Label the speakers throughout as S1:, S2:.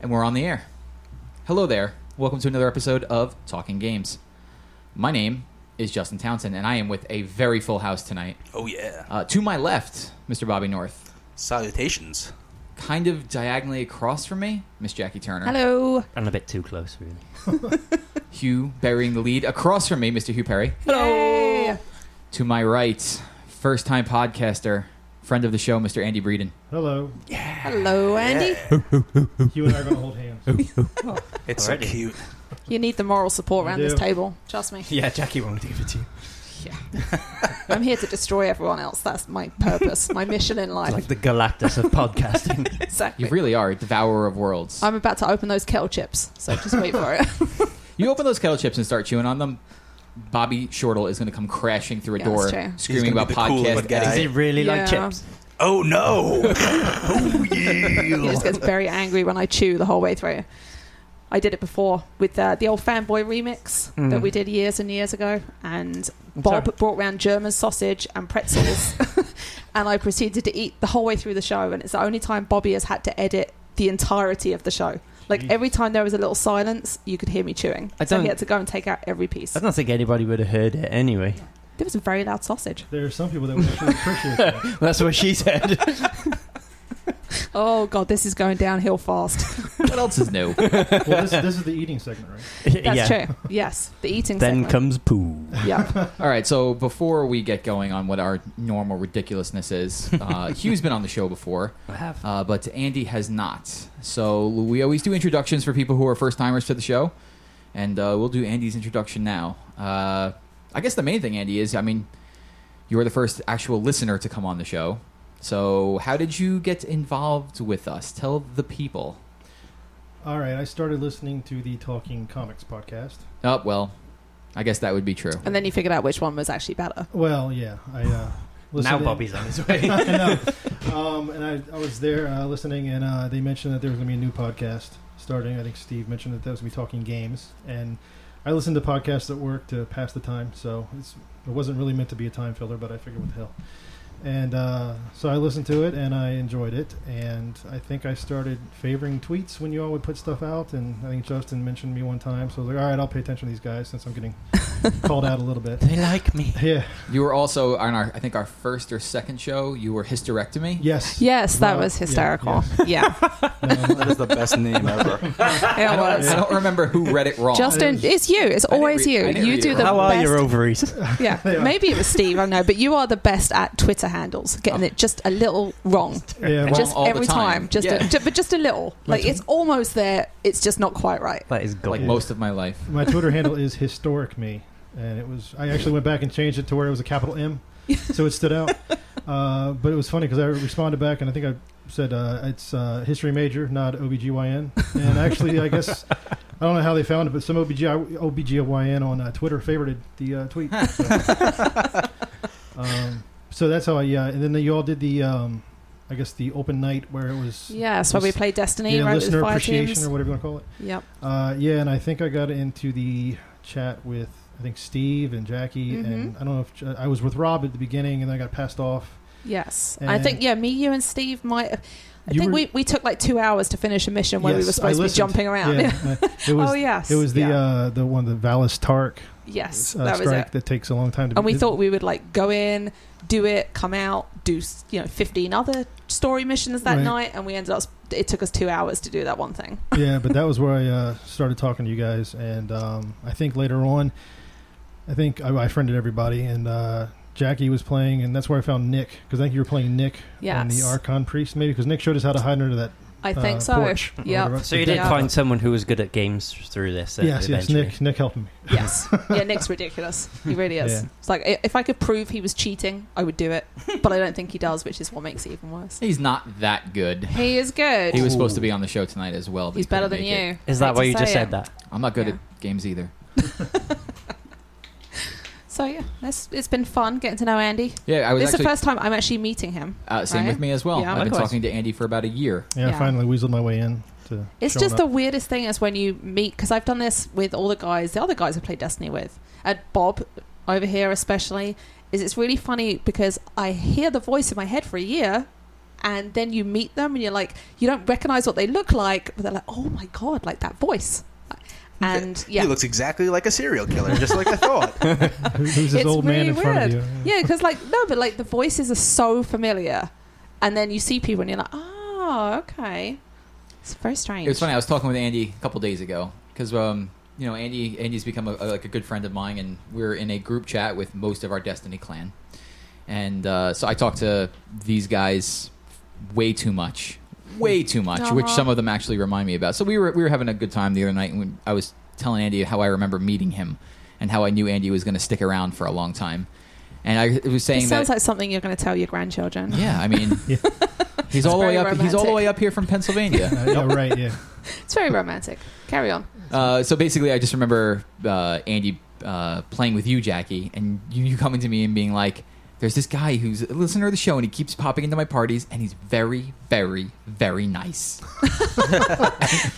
S1: And we're on the air. Hello there. Welcome to another episode of Talking Games. My name is Justin Townsend, and I am with a very full house tonight.
S2: Oh yeah.
S1: Uh, to my left, Mr. Bobby North.
S2: Salutations.
S1: Kind of diagonally across from me, Miss Jackie Turner.
S3: Hello.
S4: I'm a bit too close, really.
S1: Hugh burying the lead. Across from me, Mr. Hugh Perry.
S3: Hello.
S1: To my right, first time podcaster, friend of the show, Mr. Andy Breeden.
S5: Hello.
S3: Hello, Andy.
S5: You and I are going to hold hands.
S2: It's
S4: Alrighty.
S2: so cute.
S3: You need the moral support
S5: I
S3: around this
S5: do.
S3: table. Trust me.
S4: Yeah, Jackie won't give it to you.
S3: I'm here to destroy everyone else. That's my purpose, my mission in
S4: It's
S3: life.
S4: like the Galactus of podcasting.
S3: exactly.
S1: You really are a devourer of worlds.
S3: I'm about to open those kettle chips, so just wait for it.
S1: you open those kettle chips and start chewing on them. Bobby Shortle is going to come crashing through a
S3: Yeah,
S1: door,
S3: that's true. He's
S1: screaming
S2: gonna
S1: about
S2: be the cool
S1: podcast
S2: guy.
S1: etiquette.
S4: Is it really like
S3: Yeah.
S4: chips?
S2: Oh no. Oh,
S3: he just gets very angry when I chew the whole way through. I did it before with uh, the old fanboy remix
S4: Mm.
S3: that we did years and years ago, and
S4: I'm
S3: Bob
S4: sorry.
S3: brought round German sausage and pretzels, and I proceeded to eat the whole way through the show. And it's the only time Bobby has had to edit the entirety of the show. Like
S5: Jeez.
S3: every time there was a little silence, you could hear me chewing.
S4: I
S3: so he
S4: don't-
S3: had to go and take out every piece.
S4: I don't think anybody would have heard it anyway.
S3: There was a very loud sausage.
S5: There are some people that would actually appreciate that.
S4: That's what she said.
S3: Oh god, this is going downhill fast.
S1: What else is new?
S5: Well, this, this is the eating segment, right?
S3: That's
S4: yeah.
S3: true. Yes, the eating.
S4: Then
S3: segment.
S4: comes poo.
S3: Yeah,
S1: All right, so before we get going on what our normal ridiculousness is, uh, Hugh's been on the show before,
S4: I have.
S1: uh, but Andy has not. So we always do introductions for people who are first timers to the show, and uh, we'll do Andy's introduction now. Uh, I guess the main thing, Andy, is I mean, you were the first actual listener to come on the show. So how did you get involved with us? Tell the people.
S5: All right. I started listening to the Talking Comics podcast.
S1: Oh well, I guess that would be true.
S3: and then you figured out which one was actually better.
S5: Well, yeah. I uh, listened
S4: Now
S5: in-
S4: Bobby's on his way.
S5: I know. Um, and I, I was there uh, listening, and uh, they mentioned that there was going to be a new podcast starting. I think Steve mentioned that that was going to be Talking Games. And I listened to podcasts at work to pass the time, so it's, it wasn't really meant to be a time filler, but I figured what the hell. And uh, so I listened to it, and I enjoyed it. And I think I started favoring tweets when you all would put stuff out. And I think Justin mentioned me one time, so I was like, all right, I'll pay attention to these guys since I'm getting called out a little bit.
S4: they like me.
S5: Yeah.
S1: You were also on our, I think, our first or second show. You were hysterectomy.
S5: Yes.
S3: Yes, that
S5: Well,
S3: was
S5: yeah,
S3: hysterical. Yeah,
S5: No,
S2: that is the best name ever.
S1: I
S3: it
S1: don't, I
S3: was.
S1: don't remember who read it wrong.
S3: Justin,
S5: It was-
S3: it's you. It's
S1: didn't
S3: always
S1: read- I
S3: you.
S1: didn't
S3: You
S1: read
S3: do
S1: it.
S3: the
S4: How are
S3: best.
S4: your ovaries?
S3: yeah,
S5: They are.
S3: maybe it was Steve. I don't know, but you are the best at Twitter handles, getting it just a little Oh. wrong,
S5: yeah, well,
S3: just
S1: all the
S3: every
S1: time.
S3: time, just
S1: Yeah.
S3: a, ju- but just a little. Like it's almost there. It's just not quite right.
S4: That is gold.
S1: like most of my life.
S5: My Twitter handle is historic me, and it was. I actually went back and changed it to where it was a capital M, so it stood out. Uh, but it was funny because I responded back, and I think I said uh, it's uh, history major, not OBGYN. And actually, I guess I don't know how they found it, but some OBGY, OBGYN on uh, Twitter favorited the uh, tweet. So. um, so that's how I yeah. And then you all did the, um, I guess the open night where it was
S3: Yeah, so we
S5: Lis-
S3: play Destiny,
S5: yeah,
S3: right? With
S5: listener
S3: fire
S5: appreciation
S3: teams.
S5: or whatever you want to call it.
S3: Yep.
S5: Uh, yeah, and I think I got into the chat with I think Steve and Jackie, and I
S3: Mm-hmm.
S5: don't know if J- I was with Rob at the beginning, and then I got passed off.
S3: Yes, I
S5: And-
S3: think yeah. Me, you, and Steve might. I
S5: You
S3: think
S5: were-
S3: we, we took like two hours to finish a mission where we
S5: Yes,
S3: were supposed
S5: I
S3: to be
S5: listened.
S3: jumping around.
S5: Yeah, uh, it was.
S3: oh yes,
S5: It was the
S3: Yeah.
S5: uh, the one the Valis Tark
S3: yes.
S5: uh,
S3: that was
S5: strike
S3: it.
S5: that takes a long time to.
S3: And
S5: be-
S3: we thought we would like go in, do it, come out, do s- you know fifteen other story missions that
S5: Right.
S3: night, and we ended up. It took us two hours to do that one thing.
S5: yeah, but that was where I uh, started talking to you guys, and um, I think later on, I think I, I friended everybody, and uh, Jackie was playing, and that's where I found Nick because I think you were playing Nick on the
S3: Yes.
S5: Archon Priest, maybe because Nick showed us how to hide under that.
S3: I
S5: uh,
S3: think so.
S5: porch or
S3: Yeah.
S5: whatever.
S4: so you did
S3: Yeah.
S4: find someone who was good at games through this. uh,
S5: Yes, yes,
S4: eventually.
S5: Nick, Nick helped me.
S3: Yes. Yeah, Nick's ridiculous. He really is.
S5: Yeah.
S3: It's like i- if I could prove he was cheating, I would do it, but I don't think he does, which is what makes it even worse.
S1: He's not that good.
S3: He is good.
S1: He was supposed to be on the show tonight as well. but
S3: He's
S1: he
S3: better
S1: couldn't
S3: than
S1: make it.
S3: you.
S4: Is that
S3: Hate
S4: why
S3: to
S4: you just
S3: say
S4: said
S3: it.
S4: that?
S1: I'm not good
S3: Yeah.
S1: at games either.
S3: So yeah, that's, it's been fun getting to know Andy.
S1: Yeah, I was
S3: This is the
S1: actually
S3: first time I'm actually meeting him.
S1: uh, same
S3: right?
S1: with me as well.
S3: Yeah,
S1: I've been
S4: likewise.
S1: talking to Andy for about a year.
S5: Yeah,
S3: Yeah.
S5: I finally weaseled my way in. To
S3: It's
S5: showing
S3: just the
S5: up.
S3: weirdest thing is when you meet because I've done this with all the guys, the other guys I played Destiny with, and Bob over here especially. Is it's really funny because I hear the voice in my head for a year, and then you meet them and you're like you don't recognize what they look like but they're like oh my god like that voice and yeah
S2: He looks exactly like a serial killer, just like I thought.
S5: Who- Who's this
S3: It's
S5: old man
S3: really
S5: in front of you?
S3: weird. yeah because like no but like the voices are so familiar and then you see people and you're like oh okay it's very strange
S1: It was funny. I was talking with Andy a couple days ago because um, you know Andy Andy's become a, a- like a good friend of mine, and we're in a group chat with most of our Destiny clan. And uh, so I talk to these guys way too much, way too much, which
S3: Uh-huh.
S1: some of them actually remind me about. So we were we were having a good time the other night, and we, I was telling Andy how I remember meeting him and how I knew Andy was going to stick around for a long time. And I was saying
S3: This
S1: that
S3: sounds like something you're going to tell your grandchildren
S1: yeah, I mean,
S5: Yeah.
S1: he's all the way
S3: very
S1: up. He's all the
S3: romantic.
S1: way up here from Pennsylvania.
S5: Uh, yeah, right. Yeah.
S3: it's very romantic carry on
S1: Uh, so basically, I just remember uh, Andy uh, playing with you, Jackie, and you, you coming to me and being like, "There's this guy who's a listener of the show, and he keeps popping into my parties, and he's very, very, very nice."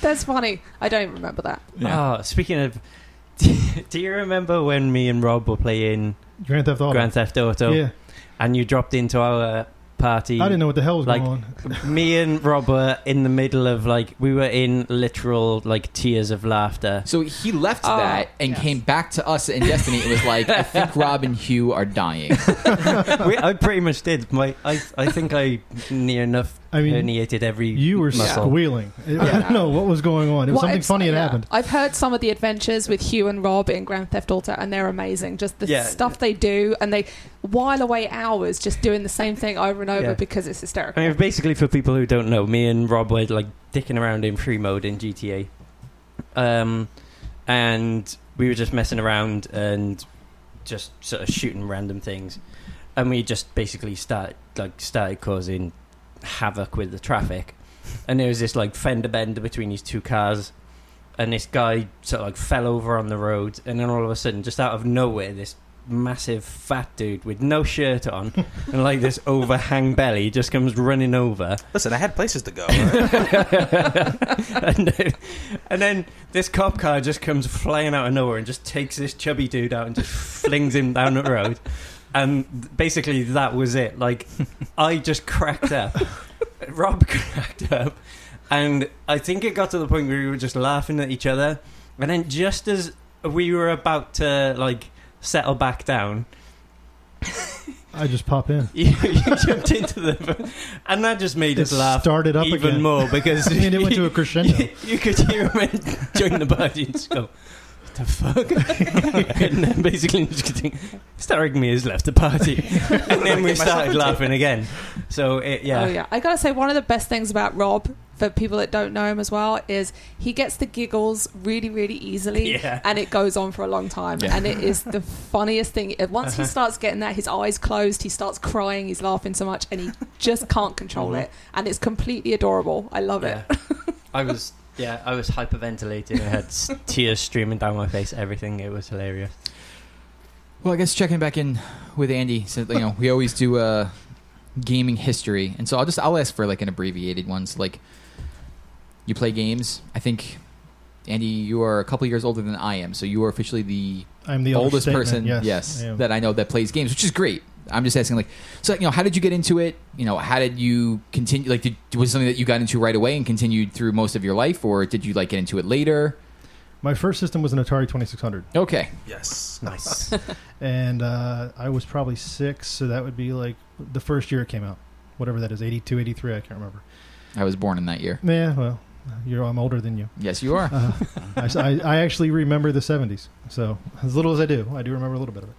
S3: that's funny i don't even remember that
S4: Oh, speaking of, do, you remember when me and Rob were playing
S5: Grand Theft Auto.
S4: Grand Theft Auto
S5: yeah.
S4: and you dropped into our party?
S5: I didn't know what the hell was
S4: like-
S5: going on.
S4: me and Rob were in the middle of like we were in literal like tears of laughter.
S1: So he left
S3: Oh,
S1: that and
S3: yes.
S1: came back to us in Destiny. It was like, "I think Rob and Hugh are dying."
S4: we, I pretty much did. My I I think I near enough
S5: I mean,
S4: herniated every
S5: You were
S4: muscle.
S5: squealing. I don't know what was going on. It was
S3: Well,
S5: something
S3: it's-
S5: funny had
S3: yeah.
S5: happened.
S3: I've heard some of the adventures with Hugh and Rob in Grand Theft Auto, and they're amazing. Just the
S4: Yeah.
S3: stuff they do, and they while away hours just doing the same thing over and over
S4: Yeah.
S3: because it's hysterical.
S4: I mean, basically, for people who don't know, me and Rob were like dicking around in free mode in GTA, um, and we were just messing around and just sort of shooting random things, and we just basically started like started causing havoc with the traffic, and there was this like fender bender between these two cars. And this guy sort of like fell over on the road, and then all of a sudden, just out of nowhere, this massive fat dude with no shirt on and like this overhang belly just comes running over.
S2: Listen, I had places to go. all right?
S4: and, then, and then this cop car just comes flying out of nowhere and just takes this chubby dude out and just flings him down the road. And basically, that was it. Like, I just cracked up. Rob cracked up. And I think it got to the point where we were just laughing at each other. And then, just as we were about to, like, settle back down,
S5: I just pop in.
S4: you, you jumped into the and that just made us laugh
S5: started up
S4: even
S5: again.
S4: more because
S5: and it went to a crescendo.
S4: you, you could hear him in- during the party and just go what the fuck and then basically just could think Starring me has left the party and then we
S2: Get myself
S4: started
S2: into
S4: laughing again so it, yeah
S3: Oh yeah, I gotta say one of the best things about Rob for people that don't know him as well is he gets the giggles really really easily
S4: Yeah.
S3: and it goes on for a long time
S1: Yeah.
S3: and it is the funniest thing Uh, once he starts getting that his eyes closed he starts crying he's laughing so much and he just can't control
S4: Mhm.
S3: it and it's completely adorable i love it
S4: Yeah. I was yeah I was hyperventilating I had s- tears streaming down my face everything it was hilarious
S1: Well, I guess checking back in with Andy, since you know we always do uh, gaming history, and so I'll just I'll ask for like an abbreviated one. So like, you play games. I think Andy, you are a couple years older than I am, so you are officially the,
S5: I'm the
S1: oldest
S5: understatement.
S1: person, yes,
S5: I am.
S1: that I know that plays games, which is great. I'm just asking like, so you know, how did you get into it? You know, how did you continue? Like, did, was it something that you got into right away and continued through most of your life, or did you like get into it later?
S5: My first system was an Atari 2600,
S1: Okay,
S2: Yes.
S4: nice
S5: and uh, I was probably six, so that would be like the first year it came out, whatever that is, 82, 83, I can't remember.
S1: I was born in that year.
S5: Yeah, well, you're I'm older than you.
S1: Yes, you are.
S5: Uh, I, I- I actually remember the 70s. So, as little as I do, I do remember a little bit of it.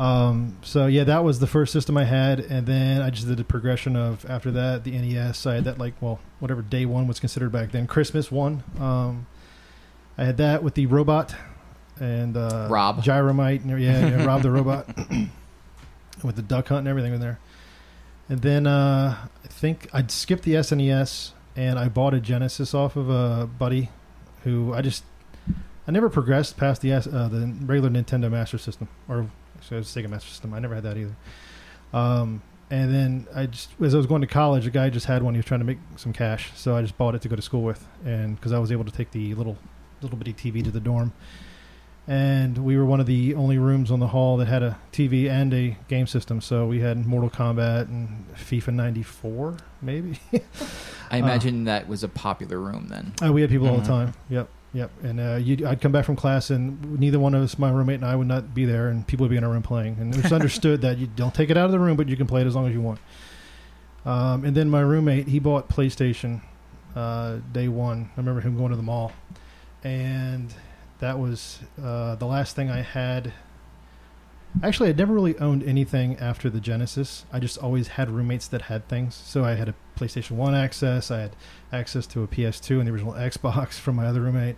S5: Um, so, yeah, that was the first system I had. And then I just did a progression of, after that, the NES. I had that, like, well, whatever day one was considered back then, Christmas one. Um, I had that with the robot and uh,
S1: Rob.
S5: Gyromite. and- Yeah, yeah Rob the robot with the duck hunt and everything in there. And then uh, I think I'd skipped the SNES and I bought a Genesis off of a buddy who I just I never progressed past the S- uh, the regular Nintendo Master System or actually it was Sega Master System. I never had that either. Um, and then I just as I was going to college, a guy just had one. He was trying to make some cash, so I just bought it to go to school with, and because I was able to take the little little bitty TV to the dorm. and we were one of the only rooms on the hall that had a TV and a game system. So we had Mortal Kombat and FIFA '94, maybe.
S1: I imagine that was a popular room then.
S5: Uh, we had people all
S2: Mhm.
S5: the time. Yep, yep. And uh, you'd, I'd come back from class, and neither one of us, my roommate and I, would not be there, and people would be in our room playing. And it was understood that you don't take it out of the room, but you can play it as long as you want. Um, and then my roommate, he bought PlayStation uh, day one. I remember him going to the mall, and that was uh, the last thing I had. Actually, I'd never really owned anything after the Genesis. I just always had roommates that had things. So I had a PlayStation 1 access. I had access to a PS2 and the original Xbox from my other roommate.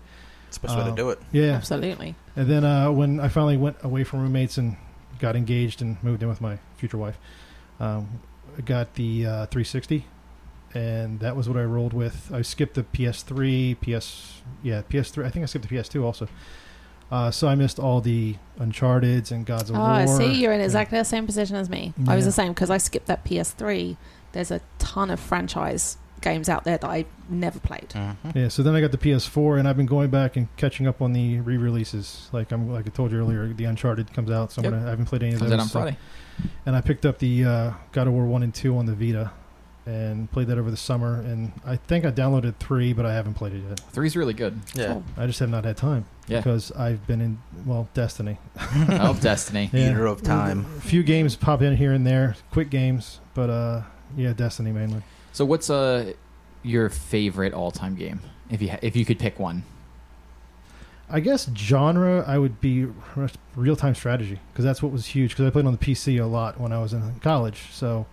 S2: It's the best way
S5: Um,
S2: to do it.
S5: Yeah.
S3: Absolutely.
S5: And then uh, when I finally went away from roommates and got engaged and moved in with my future wife, um, I got the uh, 360, and that was what I rolled with. I skipped the PS3, PS yeah, PS3. I think I skipped the PS2 also. Uh, so I missed all the Uncharted's and Gods of
S3: Oh,
S5: War.
S3: I see. You're in
S5: Yeah.
S3: exactly the same position as me. I was
S5: Yeah.
S3: the same because I skipped that PS3. There's a ton of franchise games out there that I never played.
S2: Mm-hmm.
S5: Yeah, so then I got the PS4, and I've been going back and catching up on the re-releases. Like I'm, like I told you earlier, the Uncharted comes out, so I'm
S1: Yep.
S5: gonna, I haven't played any of
S1: Comes
S5: those.
S1: out on
S5: so-
S1: Friday.
S5: and I picked up the uh, God of War one and two on the Vita, and played that over the summer. And I think I downloaded three, but I haven't played it yet.
S1: Three's really good.
S2: Yeah.
S3: Cool.
S5: I just have not had time
S1: Yeah.
S5: because I've been in well Destiny.
S1: I love Destiny.
S5: Yeah.
S2: Eater of time.
S5: A few games pop in here and there, quick games, but uh, yeah, Destiny mainly.
S1: So what's uh your favorite all-time game if you ha- if you could pick one?
S5: I guess genre I would be real time strategy because that's what was huge because I played on the PC a lot when I was in college so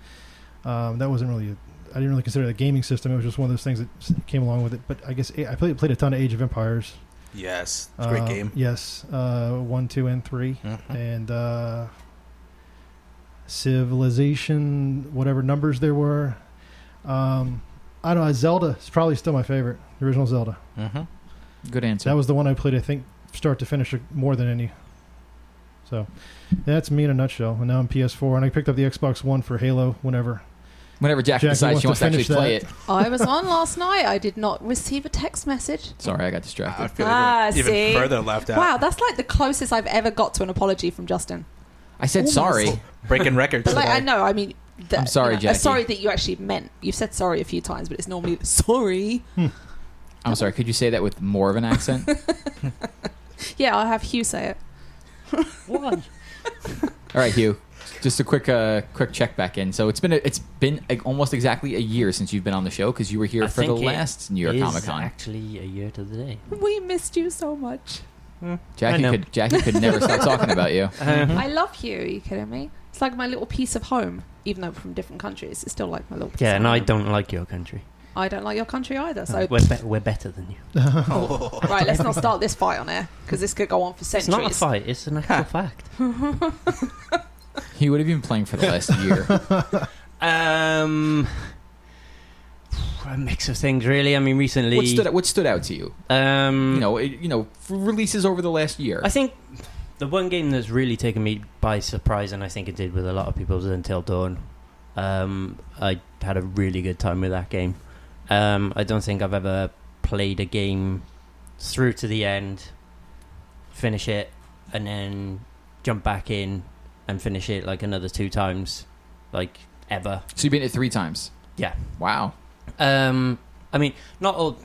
S5: um, that wasn't really a, I didn't really consider it a gaming system it was just one of those things that s- came along with it but I guess eh, I played played a ton of Age of Empires
S2: Yes. It's a great
S5: Uh,
S2: game.
S5: yes uh, one two and 3
S2: Mhm.
S5: and uh, Civilization whatever numbers there were um, I don't know Zelda is probably still my favorite the original Zelda
S2: Mhm.
S1: Good answer.
S5: that was the one I played, I think, start to finish uh, more than any. So that's me in a nutshell. And now I'm PS4, and I picked up the Xbox One for Halo whenever.
S1: Whenever Jack,
S5: Jackie
S1: decides she wants
S5: wants
S1: to
S5: to
S1: actually play
S5: finish
S1: it.
S3: I was on last night. I did not receive a text message.
S1: Sorry, I got
S2: I
S4: Uh,
S1: distracted.
S2: feel
S3: Ah,
S2: even, even
S3: see?
S2: further left out.
S3: Wow, that's like the closest I've ever got to an apology from Justin.
S1: I said
S3: Almost.
S1: sorry.
S2: Breaking records.
S3: But like, I
S2: today.
S3: know. I mean, that-
S1: I'm sorry,
S3: you know,
S1: Jackie.
S3: Sorry that you actually meant. You've said sorry a few times, but it's normally sorry.
S1: I'm sorry. Could you say that with more of an accent? All
S3: Yeah, I'll have Hugh say it.
S4: Why?
S1: right, Hugh. Just a quick uh, quick check back in. So it's been a, it's been like almost exactly a year since you've been on the show because you were here
S4: I
S1: for the
S4: think it
S1: last New York
S4: Is
S1: Comic Con.
S4: actually a year to the day.
S3: We missed you so much.
S4: I
S1: Jackie
S4: know.
S1: could Jackie could never stop talking about you.
S4: Hmm?
S3: I love Hugh. Are you kidding me? It's like my little piece of home. Even though we're from different countries, it's still like my little. Piece
S4: yeah,
S3: of
S4: and I
S3: home.
S4: don't like your country.
S3: I don't like your country either. So
S4: we're, be- we're better than you.
S3: right, let's not start this fight on air because this could go on for
S4: It's
S3: centuries.
S4: not a fight. It's an actual fact.
S1: He would have been playing for the last year.
S4: Um, a mix of things, really. I mean, recently,
S1: What stood what stood out to you?
S4: um,
S1: You know, it, you know, f- releases over the last year.
S4: I think the one game that's really taken me by surprise, and I think it did with a lot of people, was Until Dawn. Um, I had a really good time with that game. Um, I don't think I've ever played a game through to the end, finish it, and then jump back in and finish it like another two times, like ever.
S1: So you've been it three times.
S4: Yeah.
S1: Wow.
S4: Um, I mean, not all,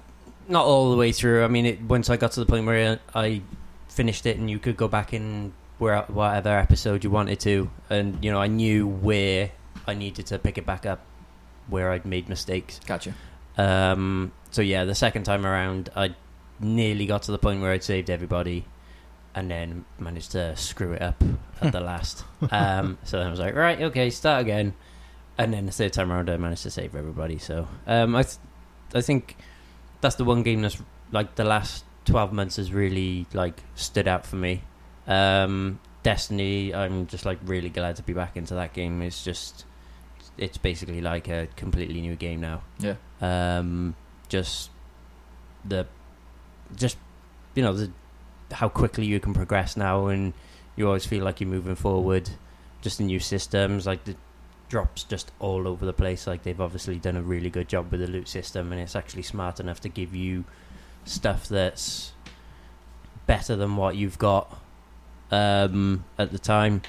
S4: not all the way through. I mean, it, once I got to the point where I finished it, and you could go back in where whatever episode you wanted to, and you know, I knew where I needed to pick it back up, where I'd made mistakes.
S1: Gotcha.
S4: Um, so yeah, the second time around, I nearly got to the point where I'd saved everybody, and then managed to screw it up at the last. Um, so then I was like, right, okay, start again. And then the third time around, I managed to save everybody. So um, I, th- I think that's the one game that's like the last twelve months has really like stood out for me. Um, Destiny, I'm just like really glad to be back into that game. It's just, it's basically like a completely new game now um, just the just you know the how quickly you can progress now and you always feel like you're moving forward just the new systems like the drops just all over the place like they've obviously done a really good job with the loot system and it's actually smart enough to give you stuff that's better than what you've got um, at the time.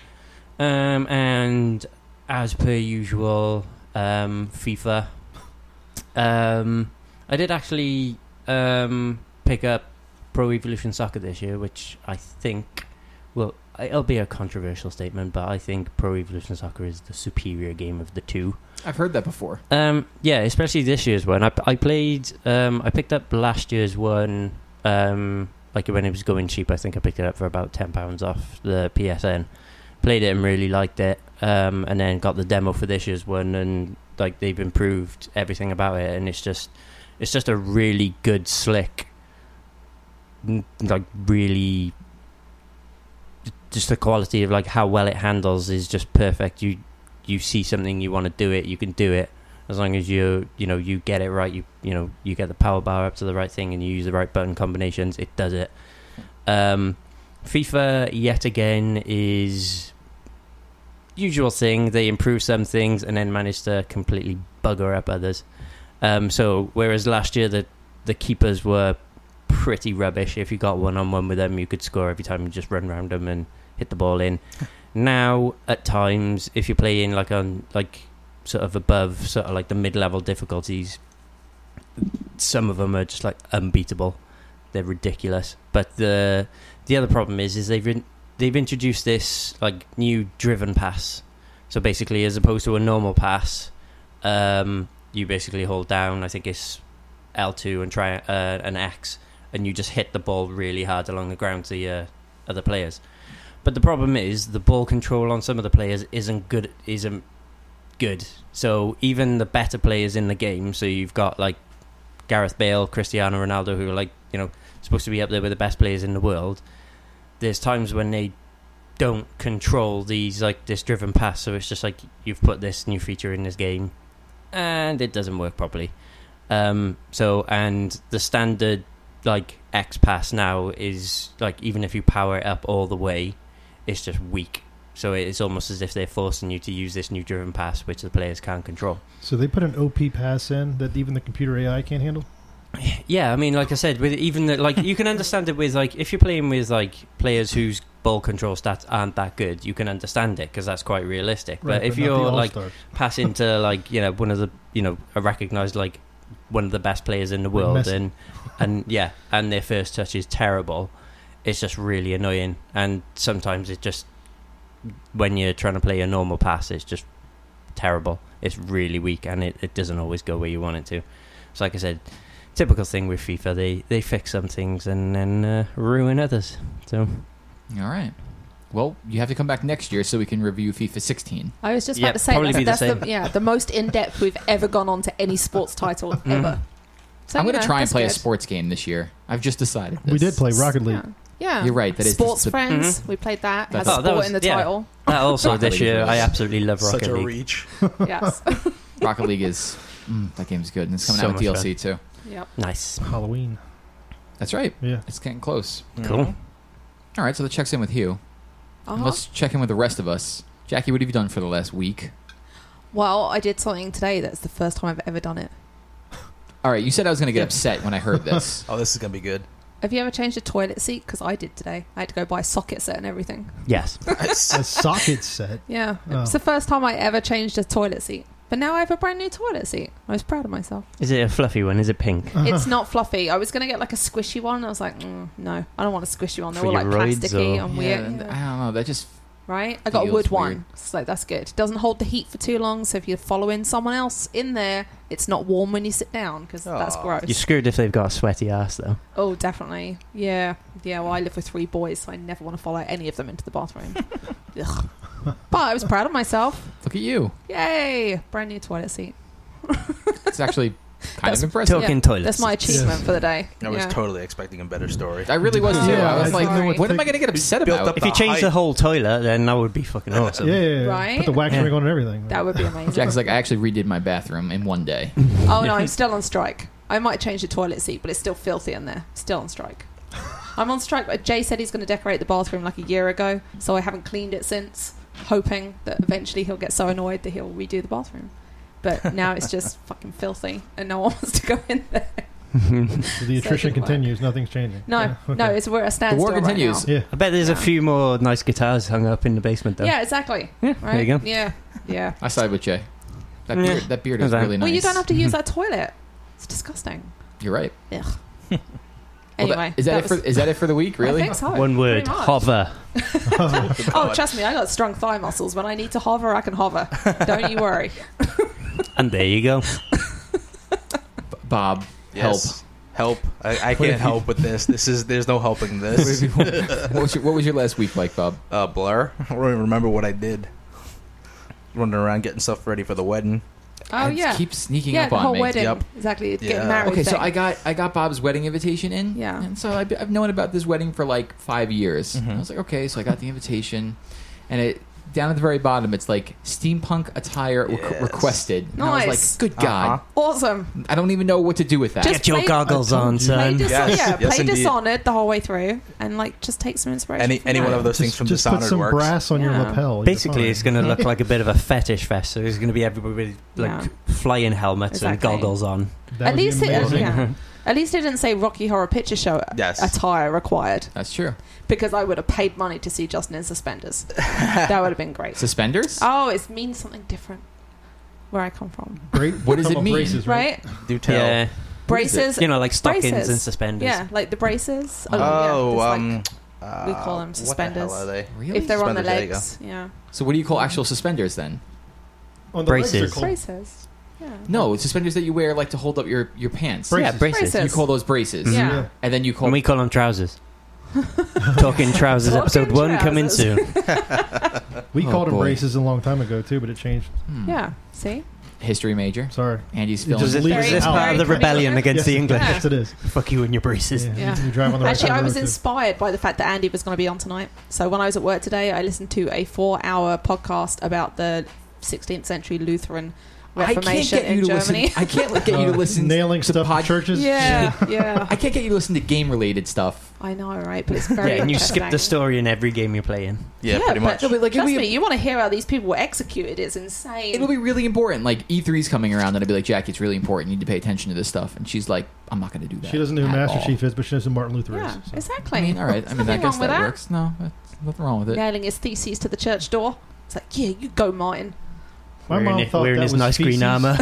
S4: Um, and as per usual, um, FIFA. Um, I did actually um, pick up Pro Evolution Soccer this year, which I think, well, it'll be a controversial statement, but I think Pro Evolution Soccer is the superior game of the two.
S1: I've heard that before.
S4: Um, yeah, especially this year's one. I, I played. Um, I picked up last year's one. Um, like when it was going cheap, I think I picked it up for about ten pounds off the PSN. Played it and really liked it. Um, and then got the demo for this year's one, and like they've improved everything about it, and it's just, it's just a really good slick, n- like really. Just the quality of like how well it handles is just perfect. You you see something, you want to do it, you can do it as long as you you know you get it right you you know you get the power bar up to the right thing and you use the right button combinations it does it um fifa yet again is usual thing they improve some things and then manage to completely bugger up others um so whereas last year the the keepers were pretty rubbish if you got one on one with them you could score every time you just run around them and hit the ball in now at times if you're playing like on like sort of above sort of like the mid-level difficulties some of them are just like unbeatable they're ridiculous but the the other problem is is they've in, they've introduced this like new driven pass so basically as opposed to a normal pass um you basically hold down i think it's l2 and try uh, an x and you just hit the ball really hard along the ground to the uh, other players but the problem is the ball control on some of the players isn't good isn't good. So even the better players in the game, so you've got like Gareth Bale, Cristiano Ronaldo, who are like you know supposed to be up there with the best players in the world. There's times when they don't control these like this driven pass, so it's just like you've put this new feature in this game, and it doesn't work properly. Um, so and the standard like X pass now is like even if you power it up all the way, it's just weak. So it's almost as if they're forcing you to use this new driven pass, which the players can't control.
S5: So they put an OP pass in that even the computer AI can't handle.
S4: Yeah, I mean, like I said, with even the, like you can understand it with like if you're playing with like players whose ball control stats aren't that good, you can understand it because that's quite realistic. but if
S5: not the
S4: you're like
S5: All-Stars.
S4: passing to like you know one of the you know a recognized like one of the best players in the world
S5: Messi.
S4: and and yeah and their first touch is terrible it's just really annoying and sometimes it just when you're trying to play a normal pass it's just terrible it's really weak and it, it doesn't always go where you want it to so like i said typical thing with fifa they they fix some things and then uh, ruin others so
S1: All right. Well, you have to come back next year so we can review FIFA 16.
S3: I was just
S4: Yeah,
S3: about to say
S4: probably
S3: that's,
S4: be the
S3: that's the,
S4: same.
S3: yeah, the most in depth we've ever gone on to any sports title
S4: Mm.
S3: ever. So,
S1: I'm
S3: you
S1: going to
S3: know,
S1: try and
S3: that's
S1: play a
S3: good.
S1: sports game this year. I've just decided.
S5: we did
S1: this.
S5: play Rocket League.
S3: Yeah. yeah.
S1: You're right, that is the-
S3: sports
S1: the-
S3: friends. We played Mm-hmm. that. It has
S1: That's-
S4: Oh, that
S3: sport
S4: was-
S3: in the
S4: yeah.
S3: title.
S4: that Uh, also this
S1: Rocket
S4: year
S1: League.
S4: i absolutely love rocket
S2: Such a
S4: league
S2: reach.
S3: Yes.
S1: Rocket League is mm, that game's good, and it's coming
S4: So
S1: out with
S4: much
S1: DLC too.
S3: yep.
S4: nice
S5: Halloween.
S1: That's right.
S5: Yeah.
S1: It's getting close.
S2: Mm.
S4: cool
S1: All right, so that checks in with Hugh.
S3: Uh-huh.
S1: Let's check in with the rest of us. Jackie, what have you done for the last week?
S3: Well, I did something today that's the first time I've ever done it.
S1: All right, you said I was going to get upset when I heard this.
S2: Oh, this is gonna be good.
S3: Have you ever changed a toilet seat? Because I did today. I had to go buy a socket set and everything.
S4: yes
S2: Nice.
S5: A socket set.
S3: Yeah.
S5: Oh.
S3: It's the first time I ever changed a toilet seat. But now I have a brand new toilet seat. I was proud of myself.
S4: Is it a fluffy one? Is it pink?
S5: Uh-huh.
S3: It's not fluffy. I was going to get like a squishy one. I was like, mm, no, I don't want a squishy one. They're
S4: For
S3: all like
S4: your roids
S3: plasticky
S4: or-
S3: and
S1: Yeah,
S3: weird.
S1: and
S3: Yeah.
S1: I don't know. That just
S3: right? I got a
S1: Feels
S3: wood
S1: weird.
S3: one. So that's good. Doesn't hold the heat for too long. So if you're following someone else in there, it's not warm when you sit down because that's
S2: Aw.
S3: gross.
S4: You're screwed if they've got a sweaty ass, though.
S3: Oh, definitely. Yeah. Yeah. Well, I live with three boys, so I never want to follow any of them into the bathroom. Ugh. But I was proud of myself.
S1: look at you.
S3: Yay! Brand new toilet seat.
S1: It's actually kind
S3: That's
S1: of impressive.
S4: Talking toilets.
S3: That's my achievement for the day.
S2: I was
S3: Yeah.
S2: totally expecting a better story.
S1: I really was too.
S5: Yeah,
S1: I was
S3: I
S1: like,
S3: don't know what
S1: when
S5: to
S1: am I going to get upset
S2: Built
S1: about?
S2: up
S4: If you
S2: The
S4: change the
S2: height.
S4: whole toilet, then that would be fucking awesome.
S5: Yeah, yeah, yeah.
S3: Right?
S5: Put the wax
S4: Yeah.
S5: ring on and everything.
S3: That would be amazing.
S1: Jackie's like, I actually redid my bathroom in one day.
S3: oh no, I'm still on strike. I might change the toilet seat, but it's still filthy in there. Still on strike. I'm on strike. But Jay said he's going to decorate the bathroom like a year ago, so I haven't cleaned it since, hoping that eventually he'll get so annoyed that he'll redo the bathroom. But now it's just fucking filthy, and no one wants to go in there.
S5: So the
S3: So it
S5: attrition
S3: didn't work.
S5: continues. Nothing's changing.
S3: No,
S5: Yeah, okay.
S3: no, it's we're at a
S1: the
S3: standstill.
S1: war continues.
S5: Yeah.
S4: I bet there's a
S3: Yeah.
S4: few more nice guitars hung up in the basement, though.
S3: Right now. Yeah, exactly.
S4: Yeah,
S3: Right?
S4: there you go.
S3: Yeah, yeah.
S1: I side with Jay. That
S4: Yeah.
S1: beard, that beard is
S4: Okay.
S1: really nice.
S3: Well, you don't have to use that toilet. It's disgusting.
S1: You're right. Well,
S3: Anyway,
S1: that- is that, it
S3: was-
S1: for is that it for the week? Really?
S3: I think so.
S4: One word,
S3: Pretty much.
S4: hover.
S3: Oh, trust me, I got strong thigh muscles. When I need to hover, I can hover. Don't you worry.
S4: And there you go.
S1: B- Bob,
S2: Yes. Help. I, I
S1: What if
S2: can't
S1: you-
S2: help with this. This is there's no helping
S1: help. What, have
S2: this.
S1: you- what was your, what was your last week like, Bob?
S2: Uh, blur. I don't even remember what I did. Running around getting stuff ready for the wedding.
S3: Oh
S1: I just
S3: yeah,
S1: keep sneaking
S3: yeah.
S1: up
S3: The
S1: on
S3: whole
S1: me.
S3: wedding,
S2: Yep.
S3: exactly. It's
S2: Yeah.
S3: Getting married.
S1: Okay, so
S3: thing.
S1: I got I got Bob's wedding invitation in.
S3: Yeah.
S1: And so I've, I've known about this wedding for like five years.
S2: Mhm.
S1: I was like, okay, so I got the invitation, and it down at the very bottom, it's like steampunk attire re-
S2: Yes.
S1: requested. And I
S3: Nice.
S1: was like, good god,
S3: Uh-huh. awesome.
S1: I don't even know what to do with that.
S3: Just
S4: Get your
S3: play-
S4: goggles
S5: I told
S4: on,
S5: you.
S3: Play,
S4: son.
S3: Dis-
S2: Yes.
S3: yeah,
S2: Yes,
S3: play
S2: indeed.
S3: Dishonored the whole way through, and like just take some inspiration.
S2: Any
S3: from
S2: any one
S3: that.
S2: of those things
S5: Just,
S2: from
S5: just put
S2: Dishonored
S5: some
S2: works.
S5: brass on your
S3: Yeah.
S5: lapel. you're
S4: Basically,
S5: fine.
S4: it's going to look like a bit of a fetish fest. So there's going to be everybody like
S3: Yeah.
S4: flying helmets and
S3: Exactly.
S4: goggles on.
S5: That
S3: At
S5: would be
S3: least it-
S5: amazing.
S3: yeah. At least they didn't say Rocky Horror Picture Show
S2: Yes.
S3: attire required
S1: That's true.
S3: because I would have paid money to see Justin in suspenders. that would have been great.
S1: Suspenders.
S3: Oh, it means something different where I come from,
S5: Bra-
S1: What does it
S5: talking about
S1: mean?
S5: Braces, right?
S3: right?
S2: Do tell.
S4: yeah,
S3: Braces.
S4: you know, like stockings
S3: Braces.
S4: and suspenders.
S3: Yeah, like the braces.
S2: Oh,
S3: yeah, there's,
S2: um,
S3: like, we
S2: uh,
S3: call them
S2: What
S3: suspenders.
S2: the hell are they?
S1: Really?
S3: if they're on the
S2: Suspenders, there you go.
S3: legs, yeah,
S1: so what do you call actual suspenders then?
S5: On the legs, they're
S4: Braces.
S5: called-
S3: braces. Yeah.
S1: No, it's suspenders that you wear like to hold up your your pants.
S5: Braces.
S4: Yeah, braces.
S3: Braces.
S1: You call those braces.
S3: Yeah.
S1: And then you call
S4: And we call them trousers. Talking trousers,
S3: Talking
S4: episode one coming
S3: trousers.
S4: soon.
S5: We
S1: Oh,
S5: called them
S1: boy.
S5: braces a long time ago too, but it changed.
S1: Hmm.
S3: Yeah. See.
S1: history major.
S5: Sorry.
S1: Andy's
S5: It
S1: filling
S5: just-
S4: Is this,
S5: Leave it out.
S4: part of the
S3: Very
S4: rebellion
S3: familiar.
S4: against the English?
S3: Yeah.
S5: Yes, it is.
S4: Fuck you and your braces.
S5: Yeah.
S3: Yeah.
S5: You, you drive on the right
S3: Actually,
S5: side
S3: I
S5: of the
S3: was
S5: road, too.
S3: inspired by the fact that Andy was going to be on tonight. So when I was at work today, I listened to a four-hour podcast about the 16th-century Lutheran Reformation
S1: I can't get you
S3: in
S1: to
S3: Germany.
S1: listen. I can't li- get you to
S5: Uh,
S1: listen.
S5: nailing
S1: to
S5: stuff
S1: pod-
S5: to churches.
S3: yeah, yeah.
S1: I can't get you to listen to game related stuff.
S3: I know, right? But it's
S4: Yeah,
S3: very.
S4: and you skip the
S3: interesting.
S4: story in every game you're playing.
S2: Yeah,
S3: Yeah,
S2: pretty
S3: but-
S2: much.
S1: No, but like
S3: Trust
S1: it'll
S3: me,
S1: be,
S3: you want to hear how these people were executed? It's insane.
S1: it'll be really important. Like E3's coming around, and I'll be like, Jackie, it's really important. You need to pay attention to this stuff. And she's like, I'm not going to do that.
S5: She doesn't know who
S1: at
S5: Master
S1: all.
S5: Chief is, but she knows who Martin Luther
S3: yeah,
S5: is. so.
S3: exactly.
S1: I mean, all right. I mean, I
S3: Nothing
S1: guess
S3: wrong with
S1: that,
S3: that.
S1: works. No, that's nothing wrong with it.
S3: Nailing his theses to the church door. It's like, yeah, you go, Martin.
S5: My
S4: wearing
S5: mom
S4: it-
S5: thought
S4: wearing
S5: that
S4: his
S5: was
S4: nice green
S5: feces.
S4: armor.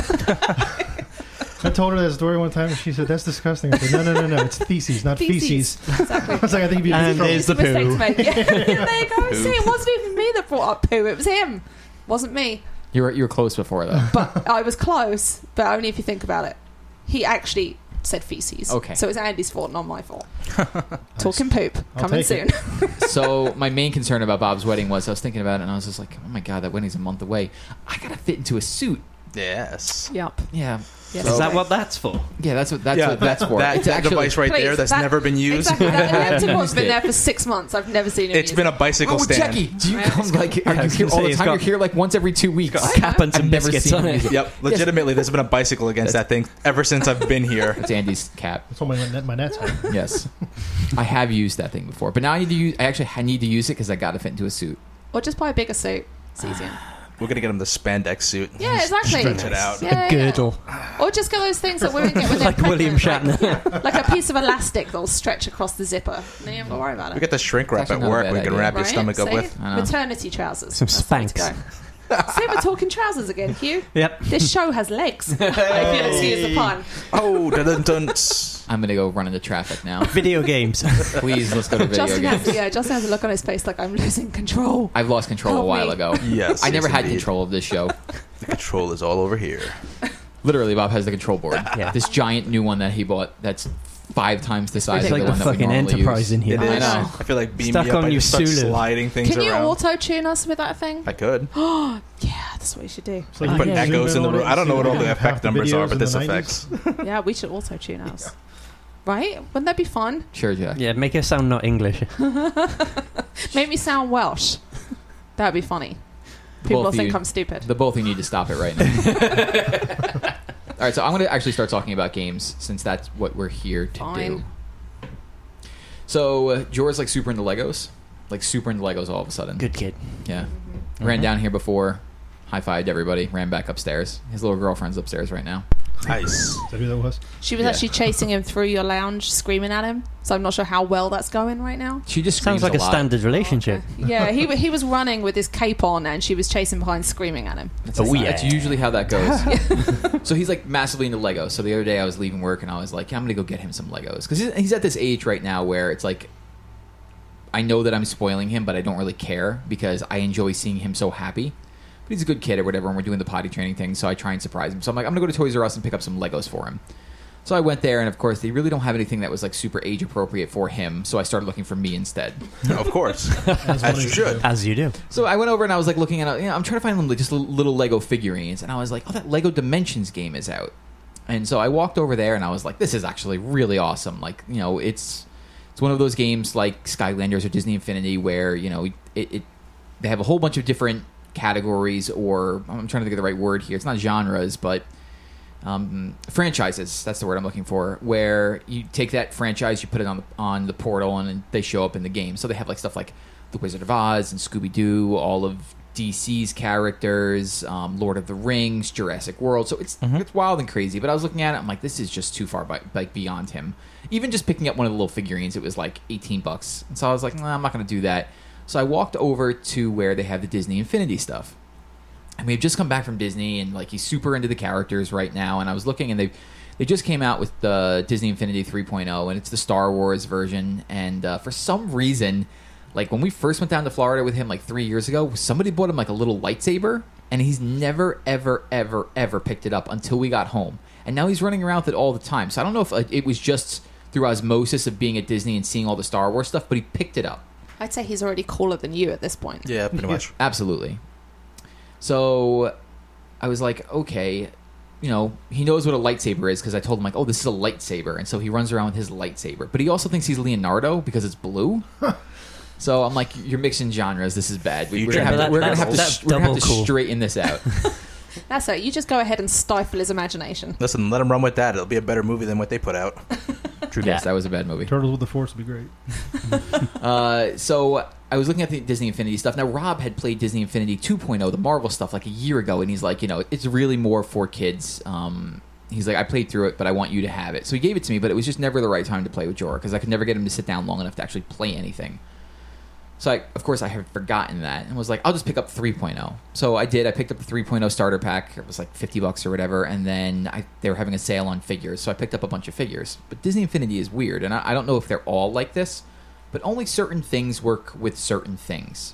S5: I told her that story one time, and she said, "That's disgusting." I said, "No, no, no, no. It's theses, not feces."
S3: Theses. Exactly.
S5: I was like, "I think you'd be in
S4: And
S5: trouble."
S4: there's- It's the
S3: mistake
S4: poo.
S3: to make. Yeah, there you go.
S2: Poo.
S3: See, it wasn't even me that brought up poo. It was him. Wasn't me.
S1: You were you were close before though.
S3: But I was close. But only if you think about it. He actually said feces.
S1: Okay.
S3: So it's Andy's fault, not my fault. Talking poop.
S5: I'll
S3: coming
S5: take
S3: soon.
S5: it.
S1: so my main concern about Bob's wedding was I was thinking about it, and I was just like, oh my god, that wedding's a month away. I gotta fit into a suit.
S2: yes.
S3: Yep.
S1: Yeah,
S3: Yes,
S1: So-
S4: Is that
S3: okay.
S4: what that's for?
S1: yeah. That's what that's
S2: Yeah.
S1: what that's for.
S2: That,
S1: it's
S2: that
S1: actually
S2: device right
S3: Please,
S2: there that's
S3: that-
S2: never been used.
S3: Exactly. That electrical's
S1: Used it.
S3: been there for six months. I've never seen him.
S2: It's
S3: use
S2: been a
S3: it.
S2: bicycle
S1: Oh,
S2: stand.
S1: Jackie, do you
S3: Right.
S1: come like are
S4: I
S1: you
S4: was
S1: here
S4: gonna
S1: all
S4: say,
S1: the
S4: it's
S1: time?
S4: got-
S1: You're here like once every two weeks.
S4: Got a cap and some
S1: I've never
S4: biscuits
S1: seen
S4: on
S1: him use
S4: it.
S1: it.
S2: Yep, legitimately, there's been a bicycle against that thing ever since I've been here.
S1: It's Andy's cap.
S5: That's what my, net- my net's for.
S1: Yes, I have used that thing before, but now I need to use. I actually ha- need to use it because I got to fit into a suit.
S3: Or just buy a bigger suit. It's easier.
S2: We're gonna get him the spandex suit.
S3: Yeah, exactly.
S2: Stretch it out.
S3: Yeah, yeah,
S4: a girdle,
S3: yeah. Or just get those things that women get when they're
S4: like William
S3: pregnant,
S4: Shatner.
S3: Like, like a piece of elastic that'll stretch across the zipper. And you don't have to worry about it.
S2: We got the shrink
S1: It's
S2: wrap at
S1: actually not a
S2: work.
S1: bad
S2: We can
S1: idea.
S2: wrap your
S3: Right?
S2: stomach up
S3: See?
S2: with.
S1: I know.
S3: Maternity trousers.
S4: Some
S3: That's the way to
S4: Spanx.
S3: go. See, we're talking trousers again, Hugh.
S4: Yep.
S3: This show has legs. if you'll excuse the pun.
S2: Oh, dun dun
S1: I'm gonna go run into traffic now.
S4: Video games.
S1: Please, let's go to video
S3: Justin
S1: games.
S3: has, yeah, Justin has a look on his face like I'm losing control.
S1: I've lost control a
S3: Help
S1: while
S3: me.
S1: ago.
S2: Yes,
S1: I never
S2: yes,
S1: had
S2: indeed.
S1: control of this show.
S2: The control is all over here.
S1: Literally, Bob has the control board.
S4: Yeah.
S1: This giant new one that he bought that's five times the size of
S4: it's like
S1: the
S4: the
S1: one that we
S4: fucking
S1: normally
S4: Enterprise
S1: use.
S4: in
S2: It
S4: here.
S2: is.
S3: I know.
S2: I feel like beam
S4: Stuck
S2: me up.
S4: on
S2: I
S4: your
S2: just start
S4: Sulu.
S2: sliding things
S3: Can you
S2: around.
S3: auto tune us with that thing?
S2: I could.
S1: Oh,
S3: yeah, that's what you should do.
S5: It's like
S4: Oh,
S5: you
S2: Put
S5: can
S4: yeah.
S5: zoom
S2: echoes in the
S5: on it
S2: room.
S5: and
S2: I don't
S5: see
S2: know what all
S5: half
S2: the effect
S5: the
S2: numbers
S5: videos
S2: are,
S5: in
S2: but
S5: the
S2: this
S5: 90s.
S2: affects.
S3: Yeah, we should auto tune us. Right? Wouldn't that be fun?
S1: Sure, Jack.
S4: Yeah, make it sound not English.
S3: Make me sound Welsh. That'd be funny.
S1: The
S3: People
S1: both
S3: will
S1: of
S3: think
S1: you-
S3: I'm stupid.
S1: The both of you need to stop it right now. All right, so I'm going to actually start talking about games since that's what we're here to do.
S3: Fine.
S1: So uh, Jor's like super into Legos, like super into Legos all of a sudden.
S4: Good kid.
S1: Yeah, ran
S4: Mhm.
S1: down here before, high fived everybody, ran back upstairs. His little girlfriend's upstairs right now.
S2: Nice.
S5: Is that who that was?
S3: She was
S2: Yeah.
S3: actually chasing him through your lounge, screaming at him. So I'm not sure how well that's going right now.
S1: She just
S4: Sounds
S1: screams
S4: like a,
S1: lot.
S4: standard relationship.
S3: Okay. Yeah, he wa- he was running with his cape on, and she was chasing behind, screaming at him.
S1: That's,
S4: Oh, yeah.
S1: that's usually how that goes. so he's like massively into Lego. So the other day I was leaving work and I was like, I'm going to go get him some Legos because he's, he's at this age right now where it's like, I know that I'm spoiling him, but I don't really care because I enjoy seeing him so happy. But he's a good kid or whatever, and we're doing the potty training thing, so I try and surprise him. So I'm like, I'm going to go to Toys R Us and pick up some Legos for him. So I went there, and of course, they really don't have anything that was like super age appropriate for him. So I started looking for me instead.
S2: of course.
S5: As
S2: As
S5: one
S2: you
S5: of
S2: should.
S5: two.
S4: As you do.
S1: So I went over and I was like looking at, uh, you know, I'm trying to find them just li- little Lego figurines, and I was like, oh, that Lego Dimensions game is out, and so I walked over there and I was like, this is actually really awesome. Like, you know, it's it's one of those games like Skylanders or Disney Infinity where you know it, it they have a whole bunch of different categories or I'm trying to think of the right word here. It's not genres, but um, franchises. That's the word I'm looking for. Where you take that franchise, you put it on the, on the portal, and they show up in the game. So they have like stuff like The Wizard of Oz and Scooby Doo, all of DC's characters, um, Lord of the Rings, Jurassic World. So it's it's wild and crazy. But I was looking at it, I'm like, this is just too far by, like beyond him. Even just picking up one of the little figurines, it was like 18 bucks. And so I was like, nah, I'm not going to do that. So I walked over to where they have the Disney Infinity stuff and we've just come back from Disney, and like he's super into the characters right now. And I was looking, and they they just came out with the Disney Infinity 3.0, and it's the Star Wars version. And uh, for some reason, like when we first went down to Florida with him like three years ago, somebody bought him like a little lightsaber, and he's never, ever, ever, ever picked it up until we got home. And now he's running around with it all the time. So I don't know if like, it was just through osmosis of being at Disney and seeing all the Star Wars stuff, but he picked it up.
S3: I'd say he's already cooler than you at this point.
S2: Yeah, pretty much.
S1: Absolutely. So I was like, okay, you know, he knows what a lightsaber is because I told him like, oh, this is a lightsaber, and so he runs around with his lightsaber. But he also thinks he's Leonardo because it's blue. so I'm like, you're mixing genres. This is bad. We,
S2: You
S1: are gonna
S2: tried-
S1: have to,
S4: that-
S1: we're gonna have to,
S4: that's-
S1: sh- we're gonna have
S4: that's
S1: to
S4: double cool.
S1: straighten this out.
S3: That's it. You just go ahead and stifle his imagination.
S2: Listen, let them run with that. It'll be a better movie than what they put out.
S4: True
S1: yes, that was a bad movie.
S5: Turtles with the Force would be great.
S1: Uh, so I was looking at the Disney Infinity stuff. Now Rob had played Disney Infinity 2.0, the Marvel stuff, like a year ago, and he's like, you know, it's really more for kids. Um, he's like, I played through it, but I want you to have it. So he gave it to me, but it was just never the right time to play with Jorah because I could never get him to sit down long enough to actually play anything. So I, of course, I had forgotten that and was like, I'll just pick up 3.0. oh." So I did. I picked up the 3.0 starter pack. It was like 50 bucks or whatever. And then I, they were having a sale on figures, so I picked up a bunch of figures. But Disney Infinity is weird, and I, I don't know if they're all like this, but only certain things work with certain things.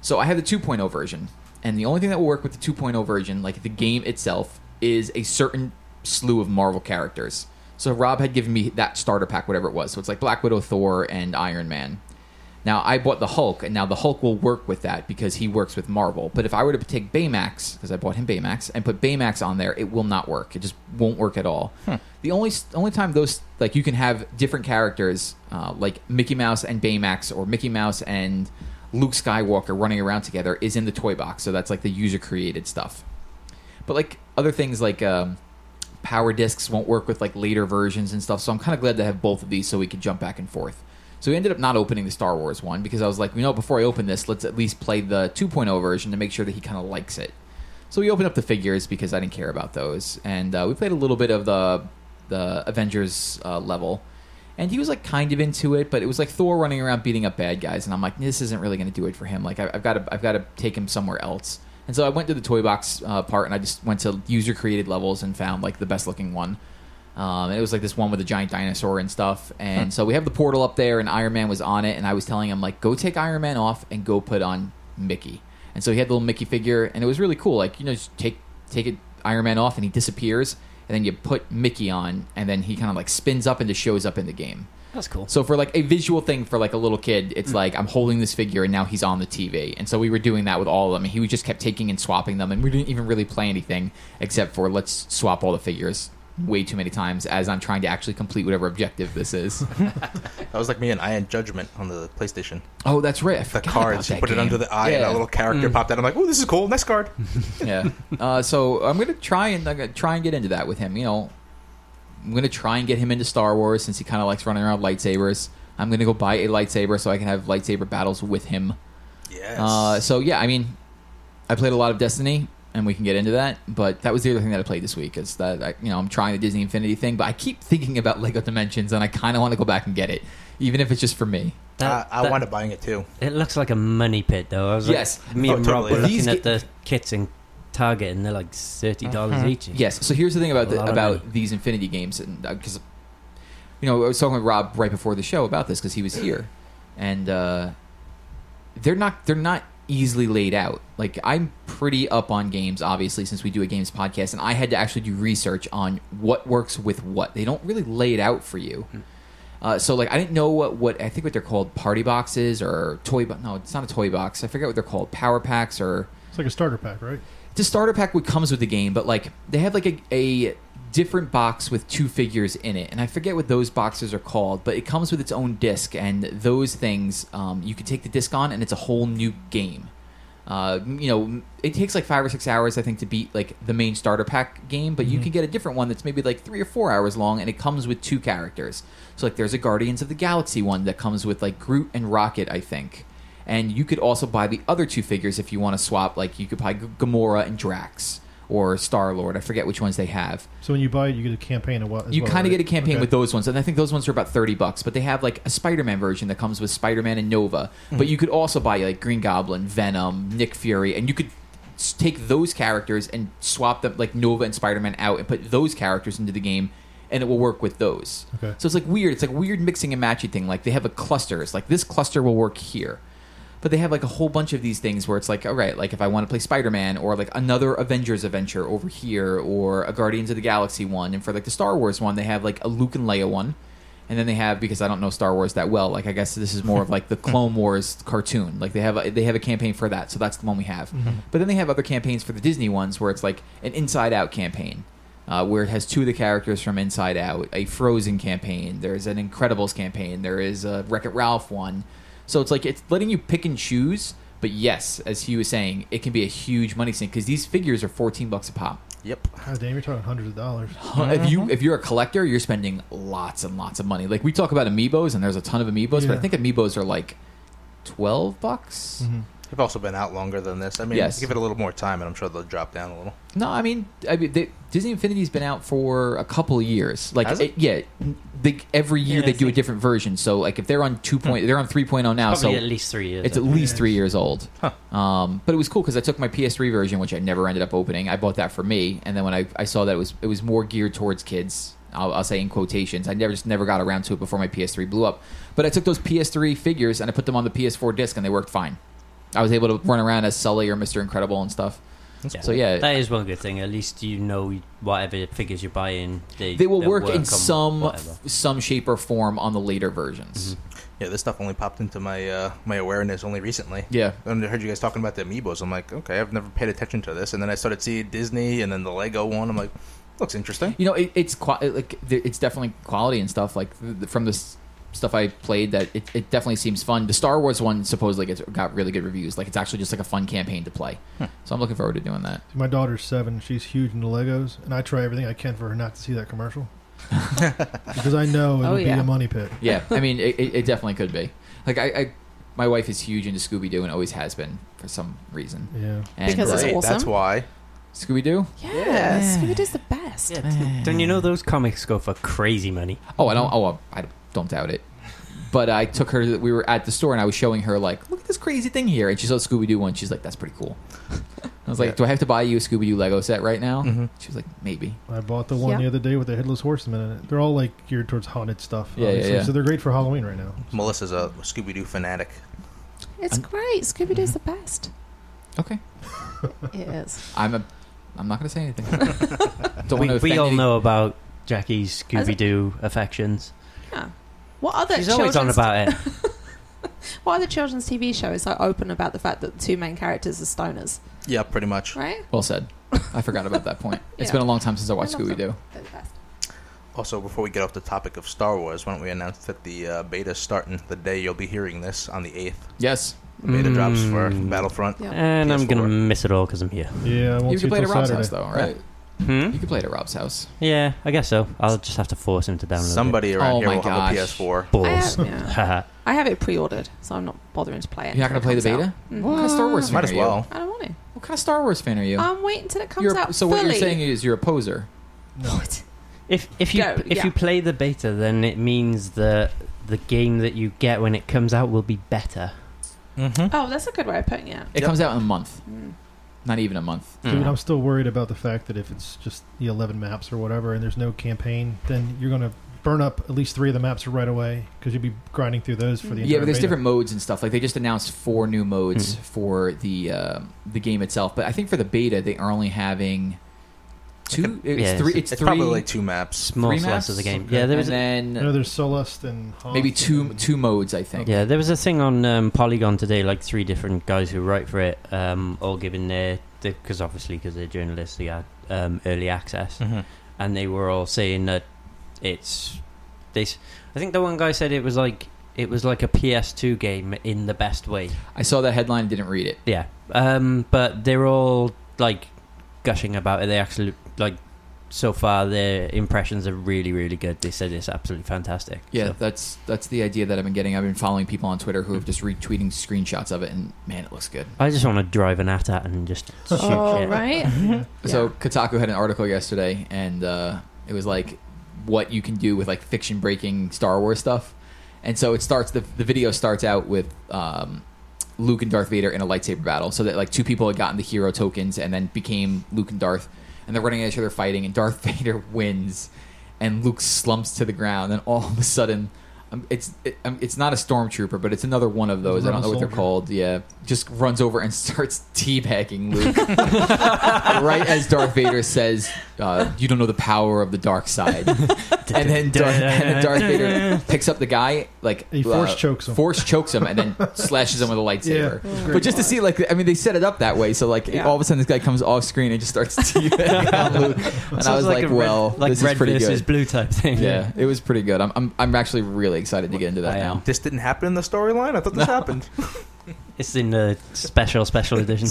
S1: So I have the 2.0 version, and the only thing that will work with the 2.0 version, like the game itself, is a certain slew of Marvel characters. So Rob had given me that starter pack, whatever it was. So it's like Black Widow, Thor, and Iron Man. Now I bought the Hulk, and now the Hulk will work with that because he works with Marvel. But if I were to take Baymax, because I bought him Baymax, and put Baymax on there, it will not work. It just won't work at all. The only only time those like you can have different characters uh, like Mickey Mouse and Baymax, or Mickey Mouse and Luke Skywalker running around together, is in the toy box. So that's like the user created stuff. But like other things like um, power discs won't work with like later versions and stuff. So I'm kind of glad to have both of these so we could jump back and forth. So we ended up not opening the Star Wars one because I was like, you know, before I open this, let's at least play the 2.0 version to make sure that he kind of likes it. So we opened up the figures because I didn't care about those, and uh, we played a little bit of the the Avengers uh, level, and he was like kind of into it, but it was like Thor running around beating up bad guys, and I'm like, this isn't really going to do it for him. Like I, I've got to I've got to take him somewhere else. And so I went to the toy box uh, part, and I just went to user created levels and found like the best looking one. Um, and it was like this one with a giant dinosaur and stuff. And so we have the portal up there, and Iron Man was on it. And I was telling him like, go take Iron Man off and go put on Mickey. And so he had the little Mickey figure, and it was really cool. Like you know, just take take it Iron Man off, and he disappears, and then you put Mickey on, and then he kind of like spins up and just shows up in the game.
S4: That's cool.
S1: So for like a visual thing for like a little kid, it's like I'm holding this figure and now he's on the TV. And so we were doing that with all of them. And he just kept taking and swapping them, and we didn't even really play anything except for let's swap all the figures way too many times as I'm trying to actually complete whatever objective this is.
S2: That was like me and I had Judgment on the PlayStation.
S1: oh, that's right. I
S2: The
S1: forgot about
S2: cards, you
S1: that
S2: put it
S1: game. Mm.
S2: under the eye, and
S1: Yeah.
S2: a little character popped out. I'm like, "Ooh, this is cool. Next card."
S1: yeah. Uh, so I'm gonna try and I'm gonna try and get into that with him. You know, I'm gonna try and get him into Star Wars since he kind of likes running around with lightsabers. I'm gonna go buy a lightsaber so I can have lightsaber battles with him.
S2: Yes.
S1: Uh, so yeah, I mean, I played a lot of Destiny. and we can get into that. But that was the other thing that I played this week is that I, you know I'm trying the Disney Infinity thing, but I keep thinking about Lego Dimensions, and I kind of want to go back and get it, even if it's just for me.
S4: That-
S2: I, I
S4: that-
S2: wound up buying it too.
S4: It looks like a money pit, though. I was like-
S1: Yes.
S4: me
S2: Oh,
S4: and
S2: totally.
S4: Rob were
S1: These
S4: looking at the kits in Target, and they're like thirty dollars
S2: Mhm.
S4: each.
S1: Yes. So here's the thing about
S4: A
S1: the,
S4: lot of
S1: about these Infinity games, and because you know I was talking with Rob right before the show about this because he was here, and uh, they're not they're not easily laid out. Like I'm pretty up on games, obviously, since we do a games podcast, and I had to actually do research on what works with what. They don't really lay it out for you.
S4: Hmm.
S1: Uh, so like I didn't know what, what I think what they're called party boxes or toy bo- no it's not a toy box I forget what they're called power packs or
S5: It's like a starter pack, right?
S1: the starter pack would comes with the game, but like they had like a, a different box with two figures in it, and I forget what those boxes are called, but it comes with its own disc, and those things um, you could take the disc on, and it's a whole new game. Uh, you know, it takes like five or six hours, I think, to beat like the main starter pack game, but you can get a different one that's maybe like three or four hours long, and it comes with two characters. So like, there's a Guardians of the Galaxy one that comes with like Groot and Rocket, I think and you could also buy the other two figures if you want to swap. Like you could buy G- Gamora and Drax or Star Lord. I forget which ones they have.
S5: So when you buy it, you get a campaign as well.
S1: You kind of get a campaign with
S5: those.
S1: those ones, and I think those ones are about thirty bucks. But they have like a Spider-Man version that comes with Spider-Man and Nova.
S5: Mm-hmm.
S1: But you could also buy like Green Goblin, Venom, Nick Fury, and you could s- take those characters and swap them like Nova and Spider-Man out and put those characters into the game. And it will work with those.
S5: Okay.
S1: So it's like weird. It's like weird mixing and matching thing. Like they have a cluster. It's like this cluster will work here but they have like a whole bunch of these things where it's like all right like if i want to play spider-man or like another avengers adventure over here or a guardians of the galaxy one and for like the star wars one they have like a luke and leia one and then they have because i don't know star wars that well like i guess this is more of like the clone wars cartoon like they have a, they have a campaign for that so that's the one we have but then they have other campaigns for the disney ones where it's like an inside out campaign uh, where it has two of the characters from Inside Out, a Frozen campaign, there's an Incredibles campaign, there is a Wreck It Ralph one. So it's like it's letting you pick and choose. But yes, as Hugh was saying, it can be a huge money sink because these figures are fourteen bucks a pop.
S2: Yep.
S5: God Ah, damn, you're talking hundreds of dollars.
S1: Huh, If you if you're a collector, you're spending lots and lots of money. Like we talk about amiibos, and there's a ton of amiibos, but I
S5: Yeah. Mm-hmm.
S1: think amiibos are like twelve bucks.
S2: They've also been out longer than this. I mean,
S1: Yes.
S2: give it a little more time, and I'm sure they'll drop down a little.
S1: No, I mean, I mean they, Disney Infinity's been out for a couple of years. Like,
S2: Has
S1: it, yeah, they, every year
S4: Yeah,
S1: they
S4: it's
S1: do a
S4: like-
S1: different version. So, like, if they're on two
S2: Hmm.
S1: point, they're on three now.
S4: probably
S1: So
S4: at least three years.
S1: it's
S4: I
S1: at
S4: think.
S1: least three years old.
S2: Huh.
S1: Um, but it was cool because I took my PS3 version, which I never ended up opening. I bought that for me, and then when I, I saw that it was it was more geared towards kids, I'll, I'll say in quotations. I never just never got around to it before my PS3 blew up. But I took those PS3 figures and I put them on the PS4 disc, and they worked fine. I was able to run around as Sully or Mister Incredible and stuff. So yeah,
S4: that is one good thing. At least you know whatever figures you're buying, they
S1: they will
S4: they'll
S1: work, in
S4: on
S1: some
S4: whatever.
S1: some shape or form on the later versions.
S2: Yeah, this stuff only popped into my uh, my awareness only recently.
S1: Yeah.
S2: And I heard you guys talking about the amiibos. I'm like, okay, I've never paid attention to this. And then I started seeing Disney, and then the Lego one. I'm like, looks interesting.
S1: You know, it, it's qua- it, like th- it's definitely quality and stuff. Like th- th- from this stuff I played, that it, it definitely seems fun. The Star Wars one supposedly gets, got really good reviews. Like it's actually just like a fun campaign to play. So I'm looking forward to doing that.
S5: My daughter's seven. She's huge into Legos, and I try everything I can for her not to see that commercial because I know it'll
S3: Oh,
S5: be
S3: yeah.
S5: a money pit.
S1: Yeah, I mean, it, it, it definitely could be. Like I, I, my wife is huge into Scooby Doo and always has been for some reason.
S5: Yeah,
S1: And uh,
S3: Because That's it's
S2: Great,
S3: awesome.
S2: That's why.
S1: Scooby Doo.
S3: Yes,
S1: Yeah.
S3: food is the best.
S4: Yeah, d- don't you know those comics go for crazy money?
S1: Oh, I don't. Oh, I don't doubt it. But I took her. We were at the store, and I was showing her like, look at this crazy thing here, and she saw Scooby Doo one. She's like, that's pretty cool. I was like,
S2: Yeah.
S1: do I have to buy you a Scooby Doo Lego set right now?
S2: Mhm.
S1: She was like, maybe.
S5: I bought the one
S3: Yeah.
S5: the other day with the headless horseman in it. They're all like geared towards haunted stuff.
S1: Yeah, yeah,
S5: obviously,
S1: yeah.
S5: So they're great for Halloween right now.
S2: Melissa's a Scooby Doo fanatic.
S3: It's
S1: I'm-
S3: great. Scooby Doo's the
S4: Mm-hmm.
S3: best.
S1: Okay,
S3: It is.
S1: I'm a. I'm not gonna say anything. don't
S4: we
S1: wanna
S4: we
S1: offend
S4: all
S1: any-
S4: know about Jackie's
S3: As a-
S4: Scooby Doo affections.
S3: Yeah. What other
S4: She's always on
S3: children's-
S4: about it.
S3: What other children's TV show is so open about the fact that the two main characters are stoners,
S2: Yeah, pretty much.
S3: right?
S1: Well said. I forgot about that point. It's
S3: Yeah.
S1: been a long time since I watched
S3: I love
S1: Scooby Doo.
S3: They're the best.
S2: Also, before we get off the topic of Star Wars, why don't we announce that the uh, beta's starting the day you'll be hearing this on the 8th?
S1: Yes,
S2: The beta drops for
S4: Mm.
S2: Battlefront.
S3: Yeah.
S4: and I'm gonna
S2: PS4.
S4: miss it all because I'm here.
S5: Yeah, I won't
S1: you can
S5: see it
S1: play it
S5: till
S1: at Rob's
S5: Saturday.
S1: house though, right?
S4: Hmm.
S1: You can play it at Rob's house.
S4: Yeah, I guess so. I'll just have to force him to download
S2: Somebody around
S1: Oh
S2: here
S1: my
S2: will
S1: gosh.
S2: have a PS4.
S4: it.
S3: I
S4: balls.
S3: have, yeah.
S4: Haha.
S3: I have it pre-ordered, so I'm not bothering to play it.
S1: You're not gonna
S3: until
S1: play
S3: it
S1: the
S3: comes
S1: beta?
S3: out. Mm.
S1: What kind of Star Wars?
S2: Might
S1: fan
S2: as
S1: are you?
S2: well.
S3: I don't want to.
S1: What kind of Star Wars fan are you?
S3: I'm waiting till it Um, comes
S1: You're-
S3: out
S1: so
S3: fully.
S1: what you're saying is you're a poser.
S5: No.
S4: If if you
S3: Go,
S4: if
S3: yeah.
S4: you play the beta, then it means that the game that you get when it comes out will be better.
S2: Mm-hmm.
S3: oh, that's a good way of putting it.
S1: It
S2: Yep.
S1: comes out in a month,
S3: Mm.
S1: not even a month.
S5: Dude, I'm still worried about the fact that if it's just the 11 maps or whatever and there's no campaign, then you're going to burn up at least three of the maps right away because you'll be grinding through those for the Hmm.
S1: Yeah,
S5: entire
S1: but there's
S5: beta.
S1: different modes and stuff. Like they just announced four new modes for the um, the game itself. But I think for the beta, they are only having two. It's
S4: yeah,
S1: three.
S4: it's-
S1: It's,
S2: It's
S1: three.
S2: probably like two maps.
S4: Small
S1: three
S4: slice
S1: maps?
S4: of the game.
S5: Okay.
S4: Yeah, there
S1: and
S4: was a,
S1: then
S5: I know there's Solust and Hoth
S1: maybe two
S5: and-
S1: two modes. I think.
S4: yeah there was a thing on um, Polygon today, like three different guys who write for it, um, all giving their because obviously because they're journalists, they had um, early access,
S2: Mm-hmm.
S4: and they were all saying that it's they. s- I think the one guy said it was like it was like a PS2 game in the best way.
S1: I saw that headline. Didn't read it.
S4: Yeah, um, but they're all like gushing about it. They actually like so far their impressions are really really good. They said it's absolutely fantastic.
S1: Yeah,
S4: So,
S1: that's that's the idea that I've been getting. I've been following people on Twitter who have just retweeting screenshotshots of it, and man, it looks good.
S4: I just want to drive an at at and just shoot
S3: Oh,
S4: shit.
S3: right.
S5: Yeah.
S1: So
S3: Yeah.
S1: Kotaku had an article yesterday, and uh, it was like what you can do with like fiction breaking Star Wars stuff. And so it starts the the video starts out with um, Luke and Darth Vader in a lightsaber battle. So that like two people had gotten the hero tokens and then became Luke and Darth, and they're running at each other fighting, and Darth Vader wins, and Luke slumps to the ground, and all of a sudden. Um, it's it, um, it's not a stormtrooper, but it's another one of those. I don't know
S5: Rebel
S1: what they're
S5: soldier.
S1: called. Yeah, just runs over and starts teabagging Luke right as Darth Vader says, uh, "You don't know the power of the dark side," and then Darth, and then Darth Vader picks up the guy like uh,
S5: He force chokes him.
S1: force chokes him, and then slashes him with a lightsaber.
S5: Yeah, it was great.
S1: But just to see, like, I mean, they set it up that way, so like,
S3: Yeah.
S1: all of a sudden, this guy comes off screen and just starts teabagging on Luke, and I was like,
S4: a red-
S1: "Well,
S4: like
S1: this
S4: red
S1: is pretty
S4: versus
S1: good."
S4: blue type thing.
S1: Yeah, it was pretty good. I'm, I'm, I'm actually really excited to get into that
S4: I
S1: now.
S4: am.
S2: This didn't happen in the storyline. I thought this happened.
S4: it's in the special special edition.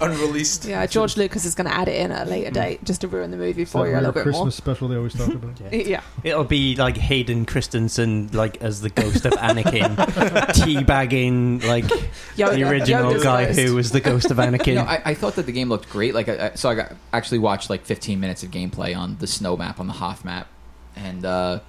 S2: Unreleased.
S3: Yeah, George Lucas is going to add it in at a later date just to ruin the movie
S5: It's
S3: for
S5: that
S3: you a little
S5: rare
S3: bit
S5: Christmas special they always talk about.
S3: more. Yeah.
S4: It'll be like Hayden Christensen, like as the ghost of Anakin, teabagging like
S3: Yoda-
S4: the original
S3: Yoda's
S4: guy
S3: ghost.
S4: who was the ghost of Anakin.
S1: No, I, I thought that the game looked great. Like, I, I, so I got, actually watched like 15 minutes of gameplay on the snow map on the Hoth map, and uh,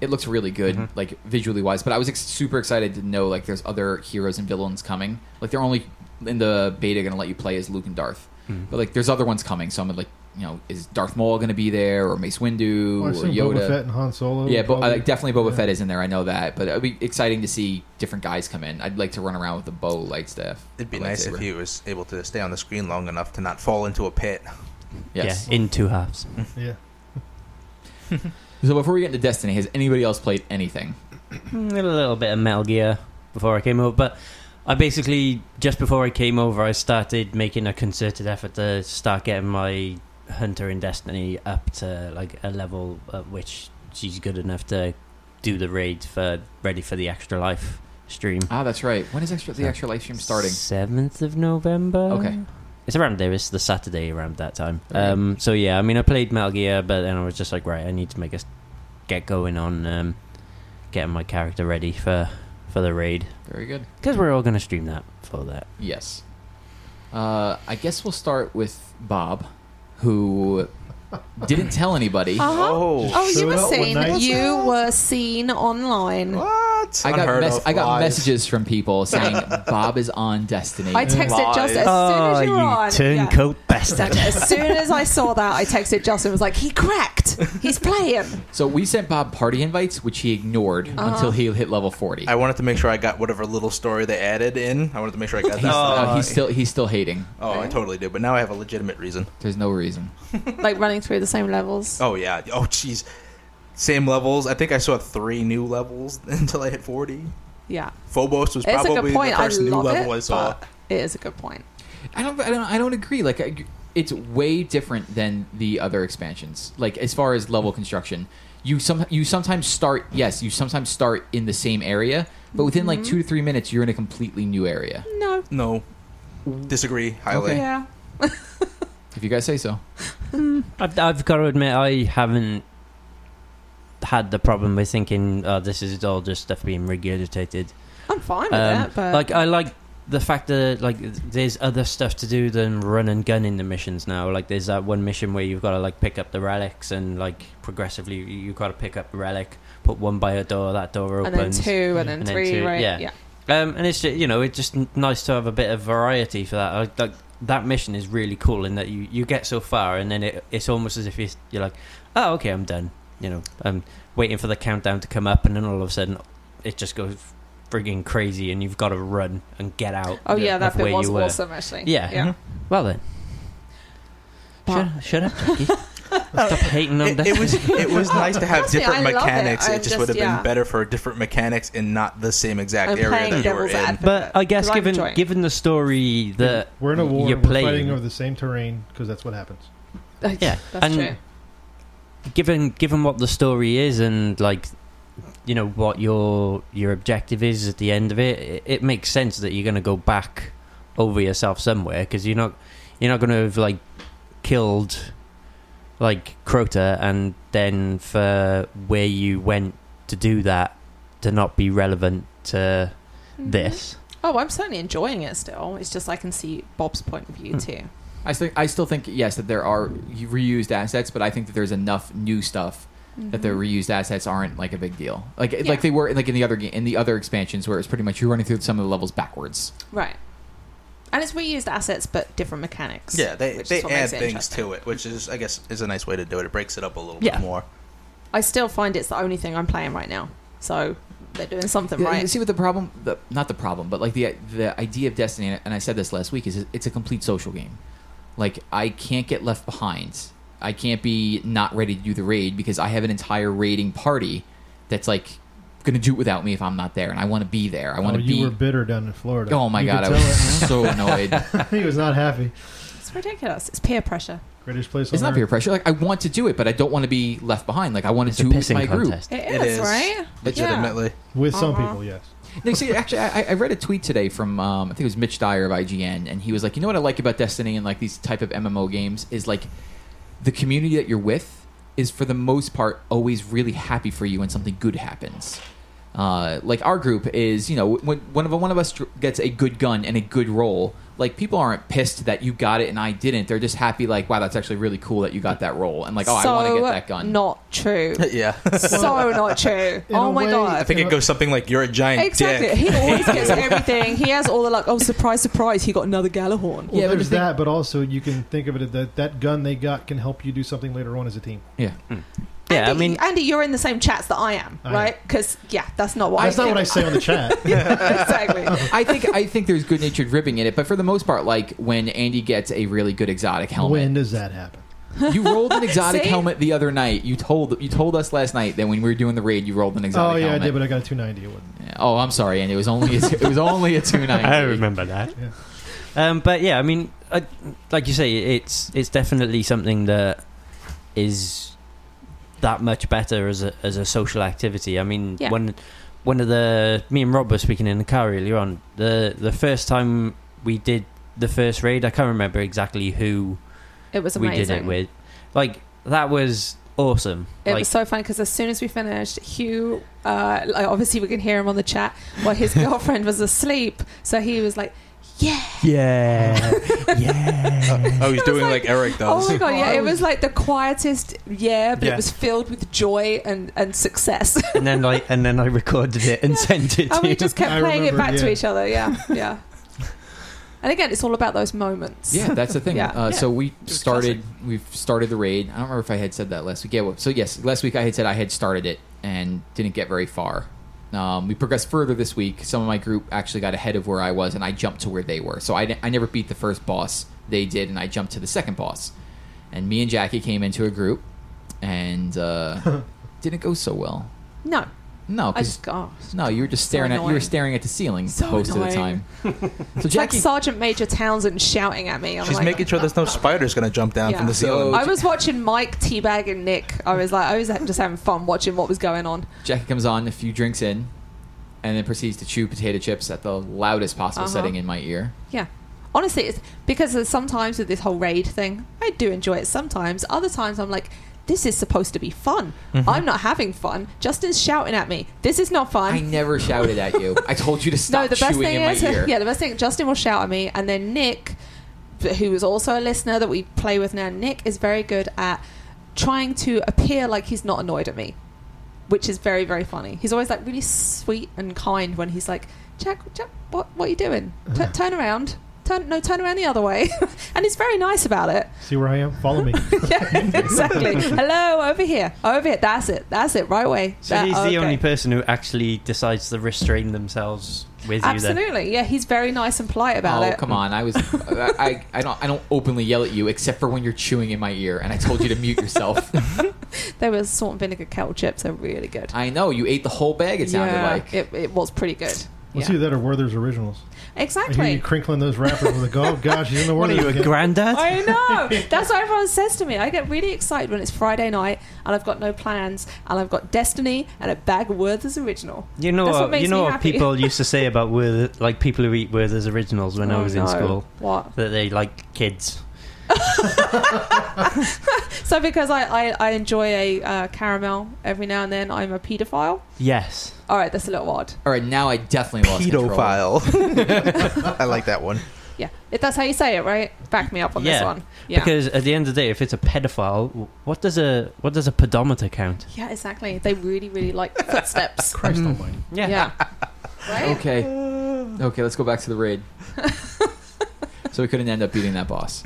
S1: it looks really good,
S5: Mm-hmm.
S4: Mhm.
S1: like visually wise. But I was ex- super excited to know like there's other heroes and villains coming. Like they're only in the beta going to let you play as Luke and Darth,
S4: Mhm.
S1: but like there's other ones coming. So I'm like, you know, is Darth Maul going to be there or Mace Windu
S5: Well,
S1: or
S5: I've seen
S1: Yoda?
S5: Boba Fett and Han Solo.
S1: Yeah, but uh,
S5: probably.
S1: like definitely Boba
S5: Yeah.
S1: Fett is in there. I know that, but it'd be exciting to see different guys come in. I'd like to run around with a bow, light staff.
S2: It'd be
S1: a
S2: nice
S1: lightsaber.
S2: if he was able to stay on the screen long enough to not fall into a pit.
S1: Yes.
S4: Yeah, in two halves.
S5: Yeah.
S1: So before we get into Destiny, has anybody else played anything?
S4: Mm, a little bit of Metal Gear before I came over, but I basically just before I came over, I started making a concerted effort to start getting my hunter in Destiny up to like a level at which she's good enough to do the raid for ready for the extra life stream.
S1: Ah, that's right. When is extra the extra live stream starting?
S4: seventh of November.
S1: Okay.
S4: It's around there. It's the Saturday around that time.
S1: Okay.
S4: Um, so yeah, I mean, I played Metal Gear, but then I was just like, right, I need to make a s- get going on um, getting my character ready for for the raid
S1: Very good.
S4: because we're all going to stream that for that.
S1: Yes. Uh, I guess we'll start with Bob, who didn't tell anybody.
S3: Uh-huh.
S2: Oh.
S3: Oh, you
S5: Showed
S3: were
S5: up one
S3: saying
S5: night.
S3: you were seen online.
S2: What?
S1: I got
S2: Unheard
S1: mes-
S2: of
S1: I got
S2: lies.
S1: messages from people saying Bob is on Destiny.
S3: I texted
S2: Lies.
S3: Justin as soon as
S4: Oh,
S3: you were on. Yeah.
S4: Ah, turncoat bastard!
S3: As soon as I saw that, I texted Justin. Was like, he cracked. He's playing.
S1: so we sent Bob party invites, which he ignored until he hit level forty.
S2: I wanted to make sure I got whatever little story they added in. I wanted to make sure I got
S1: He's,
S2: that.
S1: uh, he's still he's still hating.
S2: oh, I totally did, but now I have a legitimate reason.
S1: There's no reason.
S3: Like running through the same levels.
S2: Oh yeah. Oh jeez. Same levels. I think I saw three new levels until I hit forty.
S3: Yeah,
S2: Phobos was
S3: it's a
S2: probably
S3: good point.
S2: the
S3: I
S2: first new
S3: love
S2: level
S3: it.
S2: I saw.
S3: but it is a good point.
S1: I don't, I don't, I don't agree. Like, I, it's way different than the other expansions. Like, as far as level construction, you some, you sometimes start. Yes, you sometimes start in the same area, but within like two to three minutes, you're in a completely new area.
S3: No.
S2: No. Disagree highly.
S1: Mm. Okay.
S3: Yeah.
S1: If you guys say so.
S4: I've, I've got to admit, I haven't had the problem with thinking, "Oh, this is all just stuff being regurgitated."
S3: I'm fine with
S4: Um,
S3: it, but
S4: like I like the fact that like there's other stuff to do than run and gun in the missions now. Like there's that one mission where you've got to like pick up the relics and like progressively you- you've got to pick up the relic, put one by a door, that door
S3: and then
S4: opens.
S3: two, and then
S4: And then
S3: three,
S4: two,
S3: right?
S4: yeah. Um, and it's just, you know it's just n- nice to have a bit of variety for that. Like, like that mission is really cool in that you, you get so far and then it, it's almost as if you're, you're like, oh okay I'm done. You know I'm waiting for the countdown to come up and then all of a sudden it just goes frigging crazy and you've got to run and get out.
S3: Oh yeah,
S4: of
S3: that bit
S4: where
S3: was
S4: you were.
S3: awesome, actually.
S4: Yeah. Mm-hmm.
S3: yeah.
S4: Well then.
S3: But-
S4: Shut, shut up, Jackie. Stop hating on
S2: It,
S4: that.
S2: it was it was nice to have
S3: Honestly,
S2: different
S3: I love it.
S2: mechanics. It,
S3: I'm
S2: just,
S3: just-
S2: would have been
S3: yeah.
S2: better for different mechanics and not the same exact
S3: I'm
S2: area
S3: playing
S2: that you were
S3: devil's
S2: in.
S3: advocate.
S4: but I guess
S3: Because I'm
S4: given
S3: enjoying it.
S4: given the story that
S5: We're in a war.
S4: you're
S5: We're
S4: playing,
S5: fighting over the same terrain because that's what happens.
S4: yeah,
S3: that's
S4: and
S3: true.
S4: given given what the story is and like you know what your your objective is at the end of it, it, it makes sense that you're going to go back over yourself somewhere because you're not you're not going to have like killed like Crota and then for where you went to do that to not be relevant to this.
S3: Oh, I'm certainly enjoying it still. It's just I can see Bob's point of view
S4: Hmm.
S3: too.
S1: I still, I still think yes that there are reused assets, but I think that there's enough new stuff
S2: Mm-hmm.
S1: that the reused assets aren't like a big deal. Like
S3: Yeah.
S1: like they were like in the other ga- in the other expansions where it's pretty much you're running through some of the levels backwards.
S3: right. And it's reused assets, but different mechanics.
S2: Yeah, they,
S3: which
S2: they
S3: is what
S2: add
S3: makes it
S2: things
S3: interesting.
S2: to it, which is I guess is a nice way to do it. It breaks it up a little
S4: Yeah.
S2: bit more.
S3: I still find it's the only thing I'm playing right now. So they're doing something
S1: Yeah, You
S3: right.
S1: see what the problem? The, not the problem, but like the the idea of Destiny, and I said this last week, is it's a complete social game. Like I can't get left behind. I can't be not ready to do the raid because I have an entire raiding party that's like going to do it without me if I'm not there, and I want to be there. I want
S5: oh,
S1: to
S5: you
S1: be.
S5: were bitter down in Florida.
S1: oh my
S5: You
S1: god, I
S5: could tell
S1: was so annoyed.
S5: it. he was not happy.
S3: It's ridiculous. It's peer pressure.
S5: Greatest place on
S1: It's not
S5: earth.
S1: peer pressure. Like I want to do it, but I don't want to be left behind. Like I want
S4: It's
S1: to
S4: a
S1: do it with
S4: pissing
S1: my group.
S4: contest.
S3: it is, right?
S2: legitimately.
S5: with some
S3: Uh-huh.
S5: people. Yes,
S1: No, see, actually, I, I read a tweet today from um, I think it was Mitch Dyer of IGN, and he was like, "You know what I like about Destiny and like these type of MMO games is like the community that you're with is for the most part always really happy for you when something good happens. Uh, like our group is, you know, when one of one of us dr- gets a good gun and a good roll, like people aren't pissed that you got it and I didn't. They're just happy, like, wow, that's actually really cool that you got that roll, and like, oh,
S3: so
S1: I want to get that gun.
S3: Not true.
S2: yeah.
S3: so not true.
S5: In
S3: Oh
S5: a
S3: my
S5: way-
S3: god.
S2: I think it goes something like you're a giant
S3: Exactly.
S2: dick.
S3: He always gets everything. He has all the like, oh, surprise, surprise, he got another Galahorn.
S5: well,
S1: Yeah, but
S5: there's
S1: if they-
S5: that, but also you can think of it that that gun they got can help you do something later on as a team.
S1: yeah.
S4: Yeah,
S3: Andy,
S4: I mean,
S3: Andy, you're in the same chats that I am,
S5: I am.
S3: right? Because, yeah, that's not what
S5: That's
S3: I
S5: not
S3: think.
S5: what I say on the chat.
S3: exactly.
S1: I think I think there's good natured ribbing in it, but for the most part, like when Andy gets a really good exotic
S5: when
S1: helmet,
S5: does that happen?
S1: you rolled an exotic
S3: See?
S1: helmet the other night. You told you told us last night that when we were doing the raid, you rolled an exotic.
S5: oh yeah,
S1: helmet.
S5: I did, but I got a 290. It wouldn't.
S1: Yeah. Oh, I'm sorry, Andy. It was only a, it was only a two ninety.
S4: I remember that.
S5: Yeah.
S4: Um, but yeah, I mean, I, like you say, it's it's definitely something that is that much better as a as a social activity. I mean,
S3: Yeah.
S4: one one of the me and Rob were speaking in the car earlier on. The the first time we did the first raid, I can't remember exactly who
S3: It was
S4: we
S3: amazing.
S4: did it with. Like that was awesome.
S3: It
S4: like
S3: was so fun because as soon as we finished, Hugh, uh, like, obviously we can hear him on the chat, while his girlfriend was asleep. So he was like, yeah.
S4: yeah, yeah.
S2: Oh, he's
S3: I was
S2: doing like,
S3: like,
S2: Eric
S3: Oh
S2: does.
S3: my god, yeah.
S5: I
S3: It
S5: was-
S3: was like the quietest yeah, but
S4: Yeah.
S3: it was filled with joy and, and success.
S4: and then like and then I recorded it and sent it
S3: and
S4: to
S3: we
S4: you.
S3: just kept
S5: I
S3: playing
S5: remember,
S3: it back to
S5: yeah.
S3: each other. Yeah, yeah. and again, it's all about those moments.
S1: Yeah, that's the thing.
S3: Yeah.
S1: Uh, So we
S2: was
S1: started. We've started the raid. I don't remember if I had said that last week. Yeah. Well, so yes, last week I had said I had started it and didn't get very far. Um, we progressed further this week. Some of my group actually got ahead of where I was, and I jumped to where they were. So I, di- I never beat the first boss. They did, and I jumped to the second boss. And me and Jackie came into a group, and uh, didn't go so well.
S3: No,
S1: No,
S3: I
S1: 'cause-
S3: just got
S1: no, you were just staring at you were
S3: annoying.
S1: staring at the ceiling
S3: So
S1: most of the
S3: annoying.
S1: time. So
S3: it's like
S1: Jackie,
S3: Sergeant Major Townsend shouting at me. I'm
S2: She's
S3: like,
S2: making sure there's no spiders gonna jump down
S3: Yeah.
S2: from the
S1: So-
S2: ceiling.
S3: I was watching Mike teabag and Nick. I was like, I was just having fun watching what was going on.
S1: Jackie comes on a few drinks in, and then proceeds to chew potato chips at the loudest possible
S3: Uh-huh.
S1: setting in my ear.
S3: Yeah. Honestly, it's because there's sometimes with this whole raid thing, I do enjoy it sometimes. Other times I'm like, this is supposed to be fun.
S1: Mm-hmm.
S3: I'm not having fun. Justin's shouting at me. This is not fun.
S1: I never shouted at you. I told you to stop
S3: no, the best
S1: chewing
S3: thing
S1: in my
S3: is,
S1: ear.
S3: yeah, the best thing. Justin will shout at me, and then Nick, who is also a listener that we play with now, Nick is very good at trying to appear like he's not annoyed at me, which is very very funny. He's always like really sweet and kind when he's like, Jack, Jack, what what are you doing?
S4: Uh-huh.
S3: T- turn around. Turn, no, turn around the other way, and he's very nice about it.
S5: See where I am? Follow me.
S3: yeah, exactly. Hello, over here, over here. That's it. That's it. Right way.
S4: So
S3: That- oh,
S4: he's the
S3: okay.
S4: only person who actually decides to restrain themselves with you.
S3: Absolutely. Yeah, he's very nice and polite about
S1: oh
S3: it.
S1: come on! I was I, I I don't I don't openly yell at you except for when you're chewing in my ear and I told you to mute yourself.
S3: They were salt and vinegar kettle chips. They're really good.
S1: I know you ate the whole bag. It sounded
S3: yeah,
S1: like
S3: it, it was pretty good.
S5: Let's
S3: Yeah.
S5: see that or Werther's Originals. I hear you
S3: Exactly.
S5: crinkling those wrappers with a go. Gosh, he's in the
S4: Then. What are
S5: Werther's
S4: you, a
S5: again.
S4: granddad?
S3: I know. That's what everyone says to me. I get really excited when it's Friday night and I've got no plans and I've got Destiny and a bag of Werther's original.
S4: You know
S3: That's
S4: what,
S3: what makes
S4: you know
S3: me
S4: what
S3: happy.
S4: people used to say about Werther, like people who eat Werther's originals when I
S3: Oh,
S4: was
S3: no.
S4: in school
S3: What?
S4: that they like kids.
S3: So because I I, I enjoy a uh, caramel every now and then, I'm a paedophile.
S4: Yes.
S3: All right, that's a little odd.
S1: all right. Now I definitely lost control.
S2: Pedophile. I like that one.
S3: Yeah, if that's how you say it, right? Back me up on this
S4: Yeah,
S3: one. Yeah.
S4: Because at the end of the day, if it's a pedophile, w- what does a what does a pedometer count?
S3: yeah, exactly. They really, really like footsteps.
S5: Christ almighty.
S3: Hmm. yeah. Right?
S1: Okay. Okay, let's go back to the raid. so we couldn't end up beating that boss.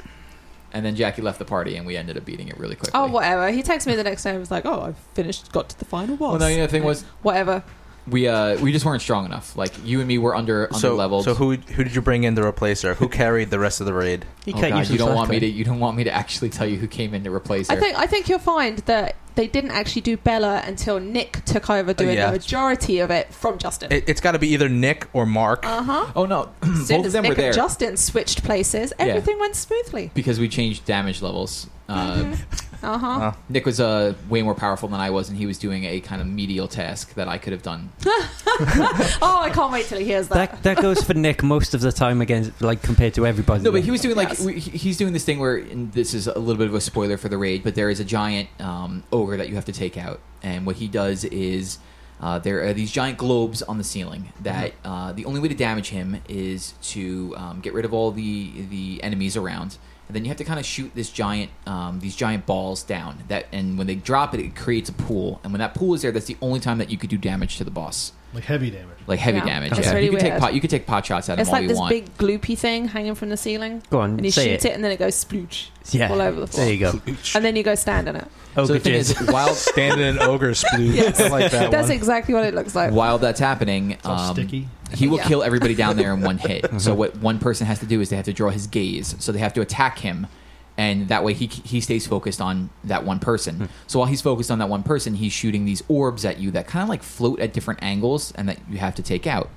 S1: And then Jackie left the party and we ended up beating it really quickly.
S3: Oh, whatever. He texted me the next day and was like, oh, I finished, got to the final boss.
S1: Well, no, you know, the thing was-
S3: Whatever.
S1: We uh we just weren't strong enough. Like you and me were under under
S2: So,
S1: leveled.
S2: so who who did you bring in to replace her? Who carried the rest of the raid?
S4: He
S1: oh,
S4: cut
S1: God,
S4: some
S1: you don't
S4: slack
S1: want me to
S4: there.
S1: you don't want me to actually tell you who came in to replace her.
S3: I think I think you'll find that they didn't actually do Bella until Nick took over doing
S2: yeah.
S3: the majority of it from Justin.
S2: It, it's got to be either Nick or Mark.
S3: uh huh.
S1: oh no,
S3: As
S1: both
S3: soon
S1: of
S3: as
S1: them
S3: Nick
S1: were there
S3: and Justin switched places,
S1: Yeah.
S3: everything went smoothly.
S1: because we changed damage levels. Uh,
S3: Uh huh.
S2: Uh,
S1: Nick was uh, way more powerful than I was, and he was doing a kind of medial task that I could have done.
S3: Oh, I can't wait till he hears that.
S4: That that goes for Nick most of the time against like compared to everybody.
S1: No, but
S4: though.
S1: he was doing like
S3: Yes.
S1: we- he- he's doing this thing where and this is a little bit of a spoiler for the raid, but there is a giant um, ogre that you have to take out, and what he does is uh, there are these giant globes on the ceiling that uh, the only way to damage him is to um, get rid of all the the enemies around, and then you have to kind of shoot this giant um, these giant balls down that, and when they drop it, it creates a pool, and when that pool is there, that's the only time that you could do damage to the boss,
S5: Like heavy damage.
S1: like heavy
S3: Yeah.
S1: damage.
S3: That's
S1: yeah,
S3: really
S1: you could take
S3: weird.
S1: pot you could take pot shots at him
S3: it's
S1: all
S3: like
S1: you
S3: this
S1: want.
S3: big gloopy thing hanging from the ceiling,
S4: Go on,
S3: and you
S4: say
S3: shoot it.
S4: it.
S3: and then it goes splooch
S4: Yeah.
S3: all over the floor,
S4: There you go.
S3: and then you go stand on it.
S4: Oh,
S1: so the
S4: good
S1: thing is,
S4: jizz.
S1: while
S2: Standing in ogre splooge.
S3: Yes.
S2: I like that
S3: That's
S2: one.
S3: exactly what it looks like.
S1: while that's happening,
S5: It's all
S1: um,
S5: sticky.
S1: he will
S3: Yeah.
S1: kill everybody down there in one hit. so what one person has to do is they have to draw his gaze. So they have to attack him, and that way he he stays focused on that one person. So while he's focused on that one person, he's shooting these orbs at you that kind of like float at different angles and that you have to take out.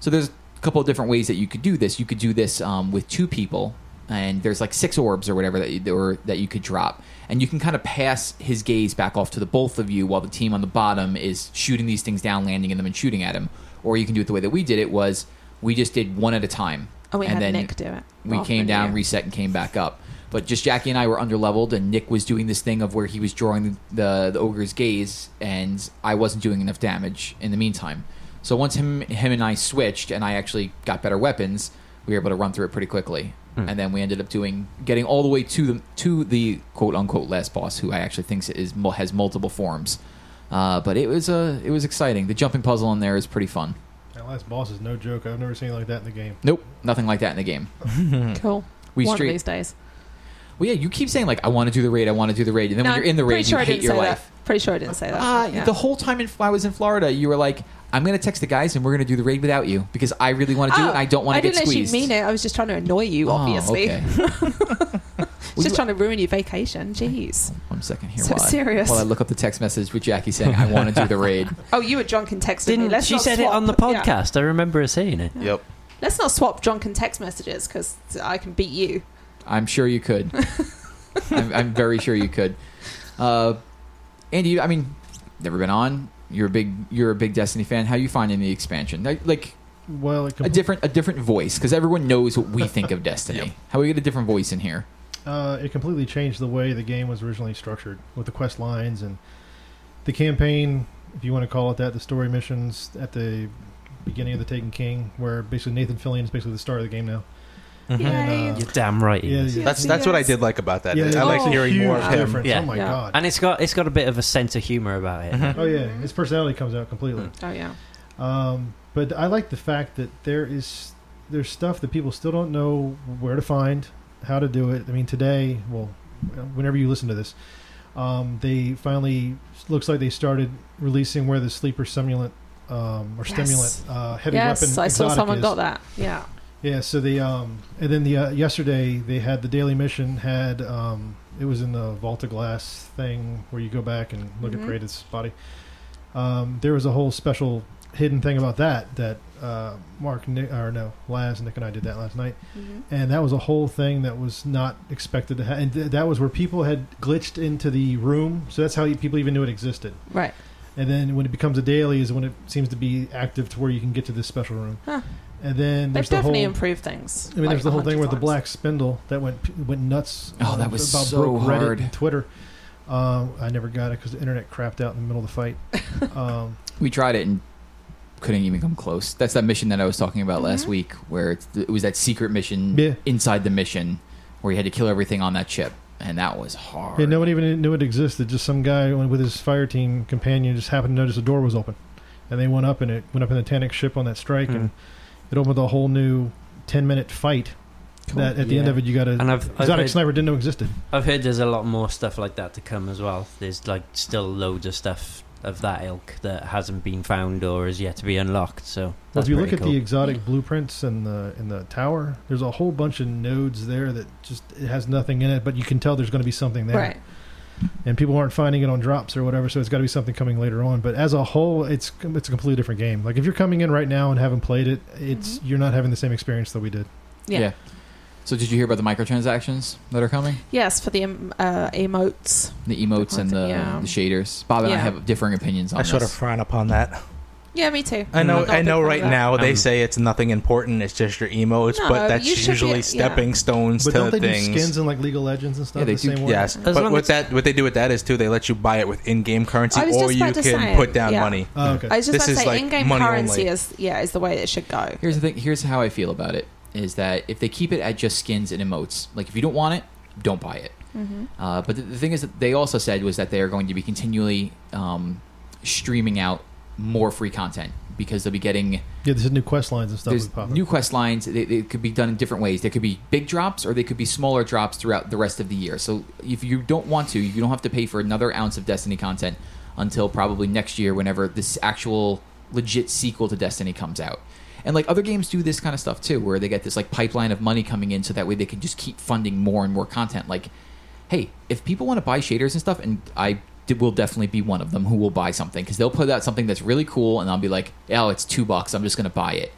S1: So there's a couple of different ways that you could do this. You could do this um, with two people, and there's like six orbs or whatever that you, or, that you could drop, and you can kind of pass his gaze back off to the both of you while the team on the bottom is shooting these things down, landing in them, and shooting at him. Or you can do it the way that we did it was we just did one at a time,
S3: and we had
S1: then
S3: Nick do it.
S1: we
S3: rather
S1: came
S3: than
S1: down,
S3: Oh, you.
S1: reset, and came back up. But just Jackie and I were underleveled, and Nick was doing this thing of where he was drawing the, the ogre's gaze, and I wasn't doing enough damage in the meantime. So once him him and I switched, and I actually got better weapons, we were able to run through it pretty quickly. And then we ended up doing getting all the way to the to the quote unquote last boss, who I actually think is mul- has multiple forms. Uh, but it was uh, it was exciting. The jumping puzzle in there is pretty fun.
S5: That last boss is no joke. I've never seen it like that in the game.
S1: Nope, nothing like that in the game.
S3: Cool.
S1: We
S3: One
S1: straight
S3: of these days.
S1: Well, yeah, you keep saying like I want to do the raid, I want to do the raid, and then when
S3: No,
S1: you're in the
S3: pretty
S1: raid,
S3: sure I
S1: you hate
S3: didn't
S1: your
S3: say
S1: life.
S3: That. Pretty sure I didn't say that.
S1: Ah,
S3: Yeah.
S1: the whole time in, I was in Florida, you were like, "I'm going to text the guys and we're going to do the raid without you because I really want to do it.
S3: Oh,
S1: and I don't want
S3: I
S1: to get
S3: didn't
S1: squeezed."
S3: actually mean it. I was just trying to annoy you,
S1: Oh,
S3: obviously.
S1: okay. Well, you-
S3: just trying to ruin your vacation. Jeez.
S1: One second here,
S3: So
S1: while,
S3: serious.
S1: I, while I look up the text message with Jackie saying I want to do the raid.
S3: Oh, you were drunk and texting me.
S4: Didn't
S3: Let's
S4: she
S3: not
S4: said
S3: swap.
S4: it on the
S3: yeah.
S4: podcast? I remember her saying it.
S2: Yep.
S3: Let's not swap drunken text messages because I can beat you.
S1: I'm sure you could. I'm, I'm very sure you could. Uh, Andy, you- I mean, never been on. You're a big, you're a big Destiny fan. How you finding the expansion? Like- Like,
S5: Well, it
S1: a
S5: compl-
S1: different a different voice because everyone knows what we think of Destiny.
S2: Yep.
S1: How we get a different voice in here?
S5: uh, it completely changed the way the game was originally structured with the quest lines and the campaign, if you want to call it that, the story missions at the beginning of the Taken King, where basically Nathan Fillion is basically the star of the game now.
S4: Mhm.
S5: And, uh,
S4: You're damn right. he
S5: Yeah,
S4: is.
S5: yeah.
S2: Mm-hmm. That's that's what I did like about that. I like
S5: it's a
S2: hearing more
S5: huge
S2: of him.
S5: difference.
S4: Yeah.
S5: Oh my
S3: Yeah.
S5: god.
S4: And it's got it's got a bit of a sense of humor about it.
S2: Mhm.
S5: Oh yeah, his personality comes out completely.
S3: Oh yeah.
S5: Um, but I like the fact that there is there's stuff that people still don't know where to find, how to do it. I mean, today, well, whenever you listen to this, um, they finally looks like they started releasing where the sleeper simulant um, or
S3: Yes.
S5: stimulant uh, heavy
S3: Yes,
S5: weapon.
S3: I saw
S5: exotic
S3: someone
S5: is.
S3: got that. Yeah.
S5: Yeah, so the um, and then the uh, yesterday they had the daily mission had um, it was in the Vault of Glass thing where you go back and look
S3: Mhm.
S5: at Paredes' body. Um, there was a whole special hidden thing about that that uh, Mark Ni- or no Laz Nick and I did that last night,
S3: Mhm.
S5: and that was a whole thing that was not expected to happen. And th- that was where people had glitched into the room, so that's how you- people even knew it existed.
S3: Right.
S5: And then when it becomes a daily is when it seems to be active to where you can get to this special room.
S3: Huh.
S5: And then
S3: They've
S5: there's the
S3: definitely
S5: whole
S3: improved things.
S5: I mean,
S3: like
S5: there's the whole thing
S3: 100
S5: with the
S3: times.
S5: black spindle that went went nuts.
S1: Oh, that
S5: uh,
S1: was
S5: about
S1: so
S5: broke
S1: hard.
S5: Reddit and Twitter. Um, I never got it because the internet crapped out in the middle of the fight. Um,
S1: We tried it and couldn't even come close. That's that mission that I was talking about last
S3: Mhm.
S1: week, where it's, it was that secret mission
S5: Yeah.
S1: inside the mission, where you had to kill everything on that ship, and that was hard.
S5: yeah, no one even knew it existed. Just some guy with his fire team companion just happened to notice the door was open, and they went up and it went up in the Tannic ship on that strike,
S1: Hmm.
S5: and
S4: Mm.
S5: it opened a whole new ten minute fight. That at the end
S4: Yeah.
S5: of it, you got
S4: And
S5: a
S4: I've I've
S5: exotic
S4: heard,
S5: sniper didn't know existed.
S4: I've heard there's a lot more stuff like that to come as well. There's like still loads of stuff of that ilk that hasn't been found or is yet to be unlocked. So
S5: Well,
S4: that's
S5: if you look
S4: pretty
S5: at the exotic blueprints in the in the tower, there's a whole bunch of nodes there that just it has nothing in it, but you can tell there's going to be something there.
S3: Right.
S5: And people aren't finding it on drops or whatever, so it's got to be something coming later on. But as a whole, it's it's a completely different game. Like if you're coming in right now and haven't played it, it's you're not having the same experience that we did.
S3: Yeah.
S1: So did you hear about the microtransactions that are coming?
S3: Yes, for the um, uh, emotes.
S1: The emotes and the,
S3: Yeah.
S1: the shaders. Bob and I
S3: Yeah.
S1: have differing opinions on
S2: I
S1: this.
S2: sort of frown upon that.
S3: Yeah, me too.
S2: I know.
S3: I'm not a
S2: I
S3: big
S2: know.
S3: fan
S2: Right
S3: of that.
S2: now, they
S4: Um,
S2: say it's nothing important. It's just your emotes,
S3: No,
S2: but that's
S3: you should be-
S2: usually
S3: yeah.
S2: stepping stones
S5: But
S2: to
S5: don't they
S2: things.
S5: do skins in like League of Legends and stuff
S1: Yeah, they
S5: the
S1: do-
S5: same way?
S2: Yes,
S4: As
S2: but
S4: long
S2: what
S4: as-
S2: that what they do with that is too, they let you buy it with in-game currency,
S3: I was
S2: or
S3: just
S2: you
S3: about
S2: can
S3: to say,
S2: put down
S3: yeah.
S2: money.
S5: Oh, okay.
S3: I was just
S2: This
S3: about to
S2: is
S3: say,
S2: like
S3: in-game
S2: money
S3: currency
S2: only.
S3: is yeah is the way it should go.
S1: Here's the thing. Here's how I feel about it: is that if they keep it at just skins and emotes, like if you don't want it, don't buy it.
S3: Mm-hmm.
S1: Uh, but the, the thing is that they also said was that they are going to be continually um, streaming out more free content because they'll be getting
S5: Yeah, there's new quest lines and stuff.
S1: there's
S5: would pop up.
S1: new quest lines. They, they could be done in different ways. There could be big drops or they could be smaller drops throughout the rest of the year. So if you don't want to, you don't have to pay for another ounce of Destiny content until probably next year, whenever this actual legit sequel to Destiny comes out. And like other games do this kind of stuff too, where they get this like pipeline of money coming in, so that way they can just keep funding more and more content. Like, hey, if people want to buy shaders and stuff, and I d- will definitely be one of them who will buy something because they'll put out something that's really cool, and I'll be like, oh, it's two bucks, I'm just gonna buy it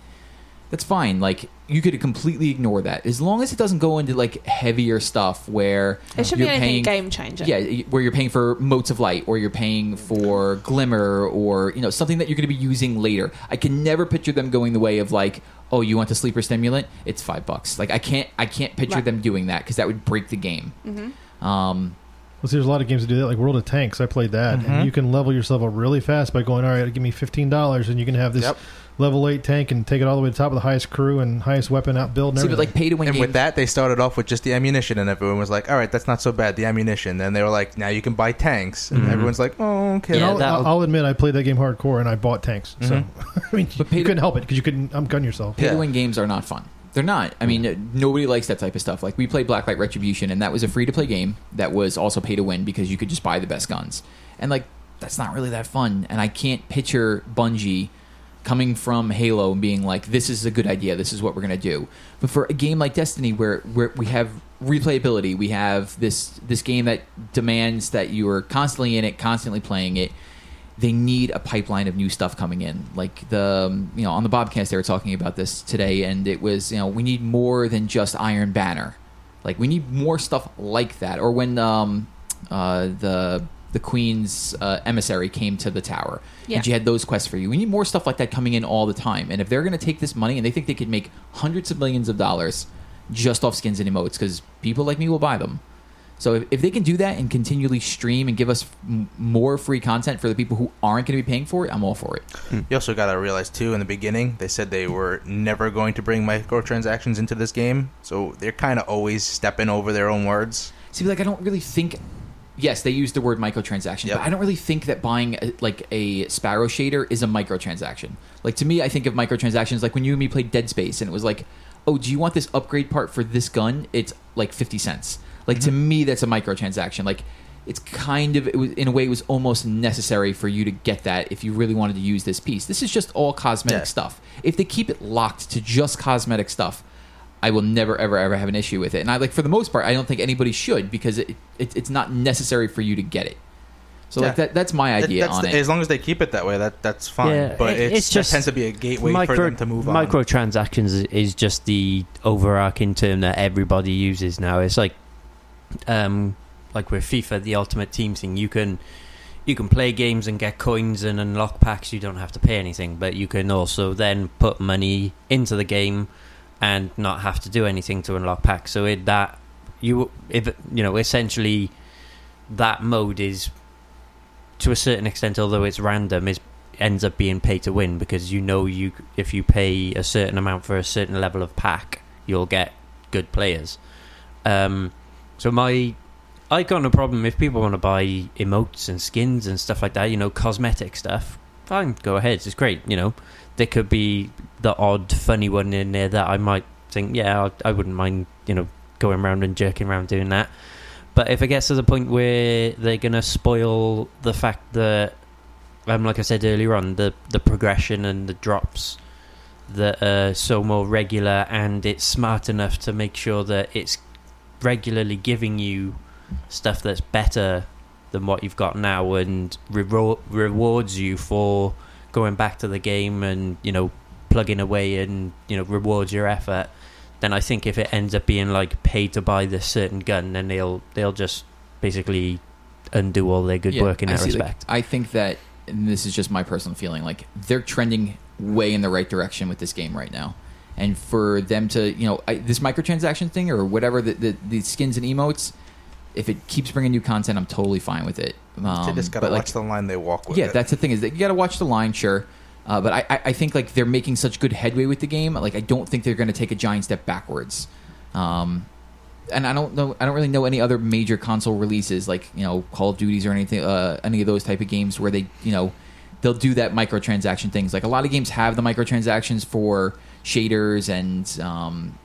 S1: that's fine. Like you could completely ignore that as long as it doesn't go into like heavier stuff where
S3: It should
S1: you're
S3: be
S1: paying.
S3: anything game changing.
S1: yeah, y- where you're paying for motes of light, or you're paying for glimmer, or you know something that you're going to be using later. I can never picture them going the way of like, oh, you want the sleeper stimulant? It's five bucks. Like I can't, I can't picture
S3: Right.
S1: them doing that because that would break the game.
S3: Mm-hmm.
S1: Um,
S5: Well, see, there's a lot of games that do that, like World of Tanks. I played that,
S2: Mhm.
S1: Mm-hmm.
S5: and you can level yourself up really fast by going, "All right, give me fifteen dollars, and you can have this
S2: Yep.
S5: level eight tank and take it all the way to the top of the highest crew and highest weapon out build." And
S1: see, but
S5: everything.
S1: like pay to win
S2: And
S1: games.
S2: with that, they started off with just the ammunition, and everyone was like, "All right, that's not so bad." The ammunition. Then they were like, "Now you can buy tanks," and
S1: Mm-hmm.
S4: Mhm.
S2: everyone's like, "Oh, okay."
S5: And
S4: Yeah,
S5: I'll,
S4: that'll-
S5: I'll admit, I played that game hardcore, and I bought tanks. So I mean, you
S1: But pay to-
S5: couldn't help it because you couldn't um, gun yourself.
S1: pay
S2: Yeah. Mm.
S1: to win games are not fun. They're not. I mean, uh, nobody likes that type of stuff. Like we played Blacklight Retribution, and that was a free to play game that was also pay to win because you could just buy the best guns, and like that's not really that fun. And I can't picture Bungie coming from Halo and being like, "This is a good idea. This is what we're gonna do." But for a game like Destiny, where where we have replayability, we have this this game that demands that you are constantly in it, constantly playing it they need a pipeline of new stuff coming in. Like the um, you know on the Bobcast they were talking about this today, and it was you know we need more than just Iron Banner. Like we need more stuff like that. Or when um, uh, the the Queen's uh, emissary came to the tower,
S3: Yeah.
S1: and she had those quests for you. We need more stuff like that coming in all the time. And if they're going to take this money and they think they could make hundreds of millions of dollars just off skins and emotes because people like me will buy them. So if, if they can do that and continually stream and give us m- more free content for the people who aren't going to be paying for it, I'm all for it.
S2: You also got to realize too. In the beginning, they said they were never going to bring microtransactions into this game, so they're kind of always stepping over their own words.
S1: See, like I don't really think. Yes, they use the word microtransaction,
S2: Yep.
S1: but I don't really think that buying a, like a Sparrow shader is a microtransaction. Like to me, I think of microtransactions like when you and me played Dead Space, and it was like, oh, do you want this upgrade part for this gun? It's like fifty cents. Like to
S2: Mm-hmm.
S1: me, that's a microtransaction. Like it's kind of it was, in a way, it was almost necessary for you to get that if you really wanted to use this piece. This is just all cosmetic
S2: Yeah.
S1: stuff. If they keep it locked to just cosmetic stuff, I will never, ever, ever have an issue with it. And I like for the most part, I don't think anybody should because it, it it's not necessary for you to get it. So
S2: Yeah.
S1: like that that's my
S2: That-
S1: idea
S2: that's
S1: on
S2: the-
S1: it.
S2: As long as they keep it that way, that that's fine.
S4: Yeah,
S2: but
S4: it-
S2: it's,
S4: it's
S2: that
S4: just
S2: tends to be a gateway
S4: micro,
S2: for them to move on.
S4: Microtransactions is- is just the overarching term that everybody uses now. It's like, um, like with FIFA, the Ultimate Team thing. You can you can play games and get coins and unlock packs. You don't have to pay anything, but you can also then put money into the game and not have to do anything to unlock packs. So it that you if you know essentially that mode is to a certain extent, although it's random, is ends up being pay to win because you know you if you pay a certain amount for a certain level of pack, you'll get good players. Um, so my I got no problem if people want to buy emotes and skins and stuff like that, you know, cosmetic stuff. Fine, go ahead. It's great, you know. There could be the odd funny one in there that I might think, yeah, I, I wouldn't mind, you know, going around and jerking around doing that. But if it gets to the point where they're gonna spoil the fact that um, like I said earlier on, the the progression and the drops that are so more regular, and it's smart enough to make sure that it's regularly giving you stuff that's better than what you've got now, and rewar- rewards you for going back to the game and you know plugging away and you know rewards your effort. Then I think if it ends up being like pay to buy this certain gun, then they'll they'll just basically undo all their good
S1: Yeah,
S4: work in
S1: I
S4: that
S1: see, like,
S4: respect.
S1: I think that, and this is just my personal feeling, like they're trending way in the right direction with this game right now. And for them to, you know, I, this microtransaction thing or whatever, the, the, the skins and emotes, if it keeps bringing new content, I'm totally fine with it. Um,
S2: they just gotta
S1: but,
S2: watch the line they walk with.
S1: yeah,
S2: it.
S1: that's the thing is that you got to watch the line, sure. Uh, but I, I, I think like they're making such good headway with the game. Like I don't think they're going to take a giant step backwards. Um, and I don't know. I don't really know any other major console releases like you know Call of Duties or anything, uh, any of those type of games where they you know they'll do that microtransaction things. Like a lot of games have the microtransactions for shaders and um,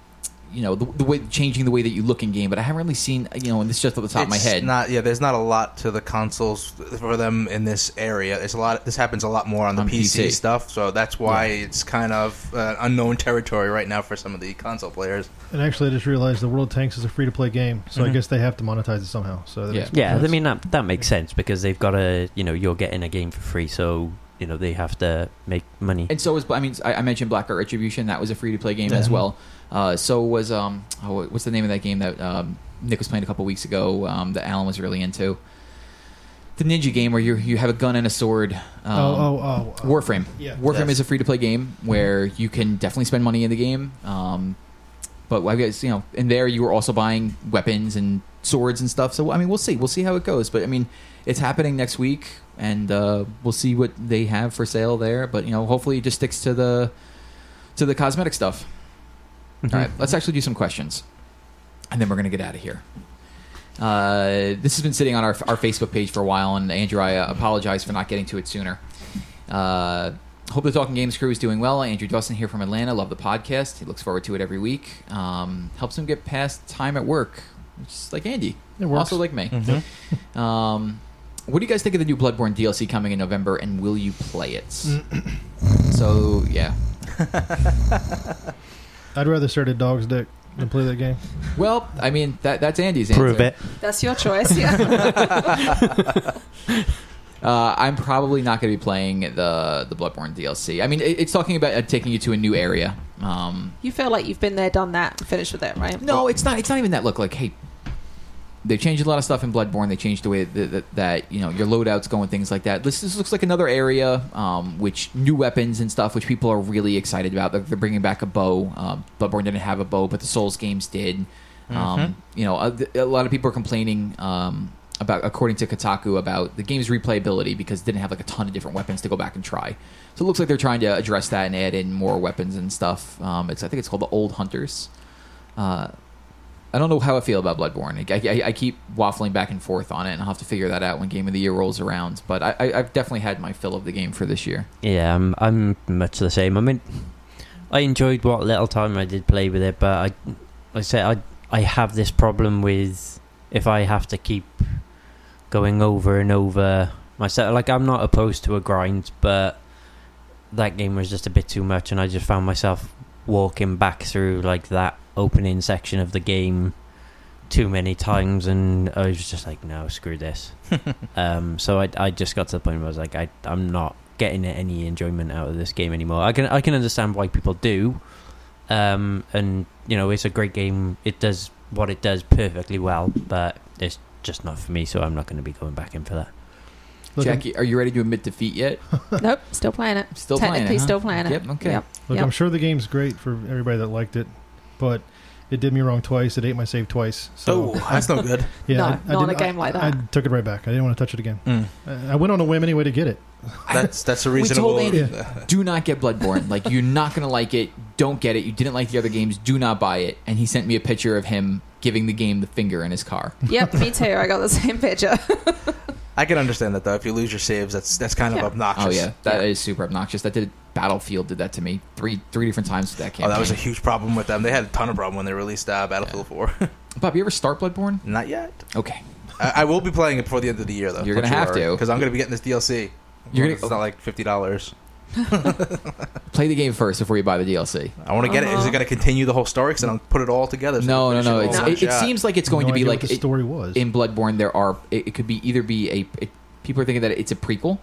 S1: you know the, the way changing the way that you look in game. But I haven't really seen you know, and this is just off the top of my
S2: It's
S1: head.
S2: Not yeah. There's not a lot to the consoles for them in this area. It's a lot. This happens a lot more on the
S1: On
S2: PC,
S1: PC.
S2: stuff. So that's why it's kind of uh, unknown territory right now for some of the console players.
S5: And actually, I just realized the World Tanks is a free to play game, so I
S4: Mhm.
S5: guess they have to monetize it somehow. So that
S1: Yeah.
S5: makes
S4: Yeah, I
S5: sense.
S4: mean that that makes sense because they've got a you know you're getting a game for free, so you know they have to make money.
S1: And so was I mean I, I mentioned Black Art Retribution that was a free to play game
S5: Yeah.
S1: as well. Uh, so was um oh, what's the name of that game that um, Nick was playing a couple weeks ago um, that Alan was really into the ninja game where you you have a gun and a sword. Um,
S5: oh, oh, oh, oh.
S1: Warframe.
S5: Yeah.
S1: Warframe
S2: Yes.
S1: is a free to play game where you can definitely spend money in the game. Um, but I guess you know, in there you were also buying weapons and swords and stuff. So I mean, we'll see. We'll see how it goes. But I mean, it's happening next week, and uh, we'll see what they have for sale there. But you know, hopefully, it just sticks to the to the cosmetic stuff. All right, let's actually do some questions, and then we're gonna get out of here. Uh, this has been sitting on our, our Facebook page for a while, and Andrew, I uh, apologize for not getting to it sooner. Uh, hope the Talking Games crew is doing well. Andrew Dawson here from Atlanta. Love the podcast. He looks forward to it every week. Um, helps him get past time at work, just like Andy.
S5: It works.
S1: Also
S5: Mm-hmm.
S1: like me.
S4: Mm-hmm.
S1: Um, what do you guys think of the new Bloodborne DLC coming in November, and will you play it? so yeah.
S5: I'd rather start a dog's dick than play that game.
S1: Well, I mean that that's Andy's answer.
S4: Prove it.
S3: That's your choice. Yeah.
S1: Uh, I'm probably not going to be playing the the Bloodborne DLC. I mean, it, it's talking about uh, taking you to a new area. Um,
S3: you feel like you've been there, done that, and finished with it, right?
S1: no, it's not. It's not even that. Look, like, hey, they've changed a lot of stuff in Bloodborne. They changed the way that, that, that you know your loadouts go and things like that. This, this looks like another area, um, which new weapons and stuff, which people are really excited about. They're, they're bringing back a bow. Um, Bloodborne didn't have a bow, but the Souls games did.
S2: Mhm.
S1: Um, you know, a, a lot of people are complaining um, about, according to Kotaku, about the game's replayability because it didn't have like a ton of different weapons to go back and try. So it looks like they're trying to address that and add in more weapons and stuff. Um, it's I think it's called the Old Hunters. Uh, I don't know how I feel about Bloodborne. I, I, I keep waffling back and forth on it, and I'll have to figure that out when Game of the Year rolls around. But I, I, I've definitely had my fill of the game for this year.
S4: Yeah, I'm, I'm much the same. I mean, I enjoyed what little time I did play with it, but I, like I say, I, I have this problem with if I have to keep going over and over myself. Like, I'm not opposed to a grind, but that game was just a bit too much, and I just found myself walking back through like that opening section of the game too many times and I was just like no screw this um, so I, I just got to the point where I was like I, I'm not getting any enjoyment out of this game anymore. I can I can understand why people do, um, and you know it's a great game. It does what it does perfectly well, but it's just not for me. So I'm not going to be going back in for that.
S5: Look, I'm-
S1: Jackie, are you ready to admit defeat yet?
S3: nope, still playing it.
S1: Still
S3: Technically,
S1: playing it, huh?
S3: still playing it.
S1: Yep. Okay.
S3: Yep.
S5: Look,
S3: Yep.
S5: I'm sure the game's great for everybody that liked it, but it did me wrong twice. It ate my save twice. So
S2: Oh, that's no good.
S5: yeah,
S3: no,
S5: I- I
S3: not
S5: didn't-
S3: a game like
S5: I, I
S3: that.
S5: took it right back. I didn't want to touch it again.
S2: Mm.
S5: I I went on a whim anyway to get it.
S2: That's that's a
S1: We
S2: reasonable.
S1: told Do not get Bloodborne. Like you're not gonna like it. Don't get it. You didn't like the other games. Do not buy it. And he sent me a picture of him giving the game the finger in his car.
S3: yep, me too. I got the same picture.
S2: I can understand that though. If you lose your saves, that's that's kind of
S3: Yeah.
S2: obnoxious.
S1: Oh yeah, that is super obnoxious. That did Battlefield did that to me three three different times with that
S2: Oh,
S1: campaign.
S2: that was a huge problem with them. They had a ton of problem when they released uh, Battlefield 4.
S1: Bob, you ever start Bloodborne?
S2: Not yet.
S1: Okay.
S2: I, I will be playing it before the end of the year though.
S1: You're gonna have to.
S2: because I'm gonna be getting this DLC.
S1: You're gonna- oh.
S2: it's not like fifty dollars.
S1: Play the game first before you buy the DLC.
S2: I want to get it. Is
S3: Uh-huh.
S2: it going to continue the whole story? Because then I'll put it all together.
S1: No, no,
S2: we finish
S1: no.
S2: all
S1: It's,
S2: in one
S1: it, it
S2: shot.
S1: seems like it's going to
S5: No
S1: be
S5: idea
S1: like
S5: what the
S1: it-
S5: story was.
S1: in Bloodborne. There are it, it could be either be a it, people are thinking that it's a prequel,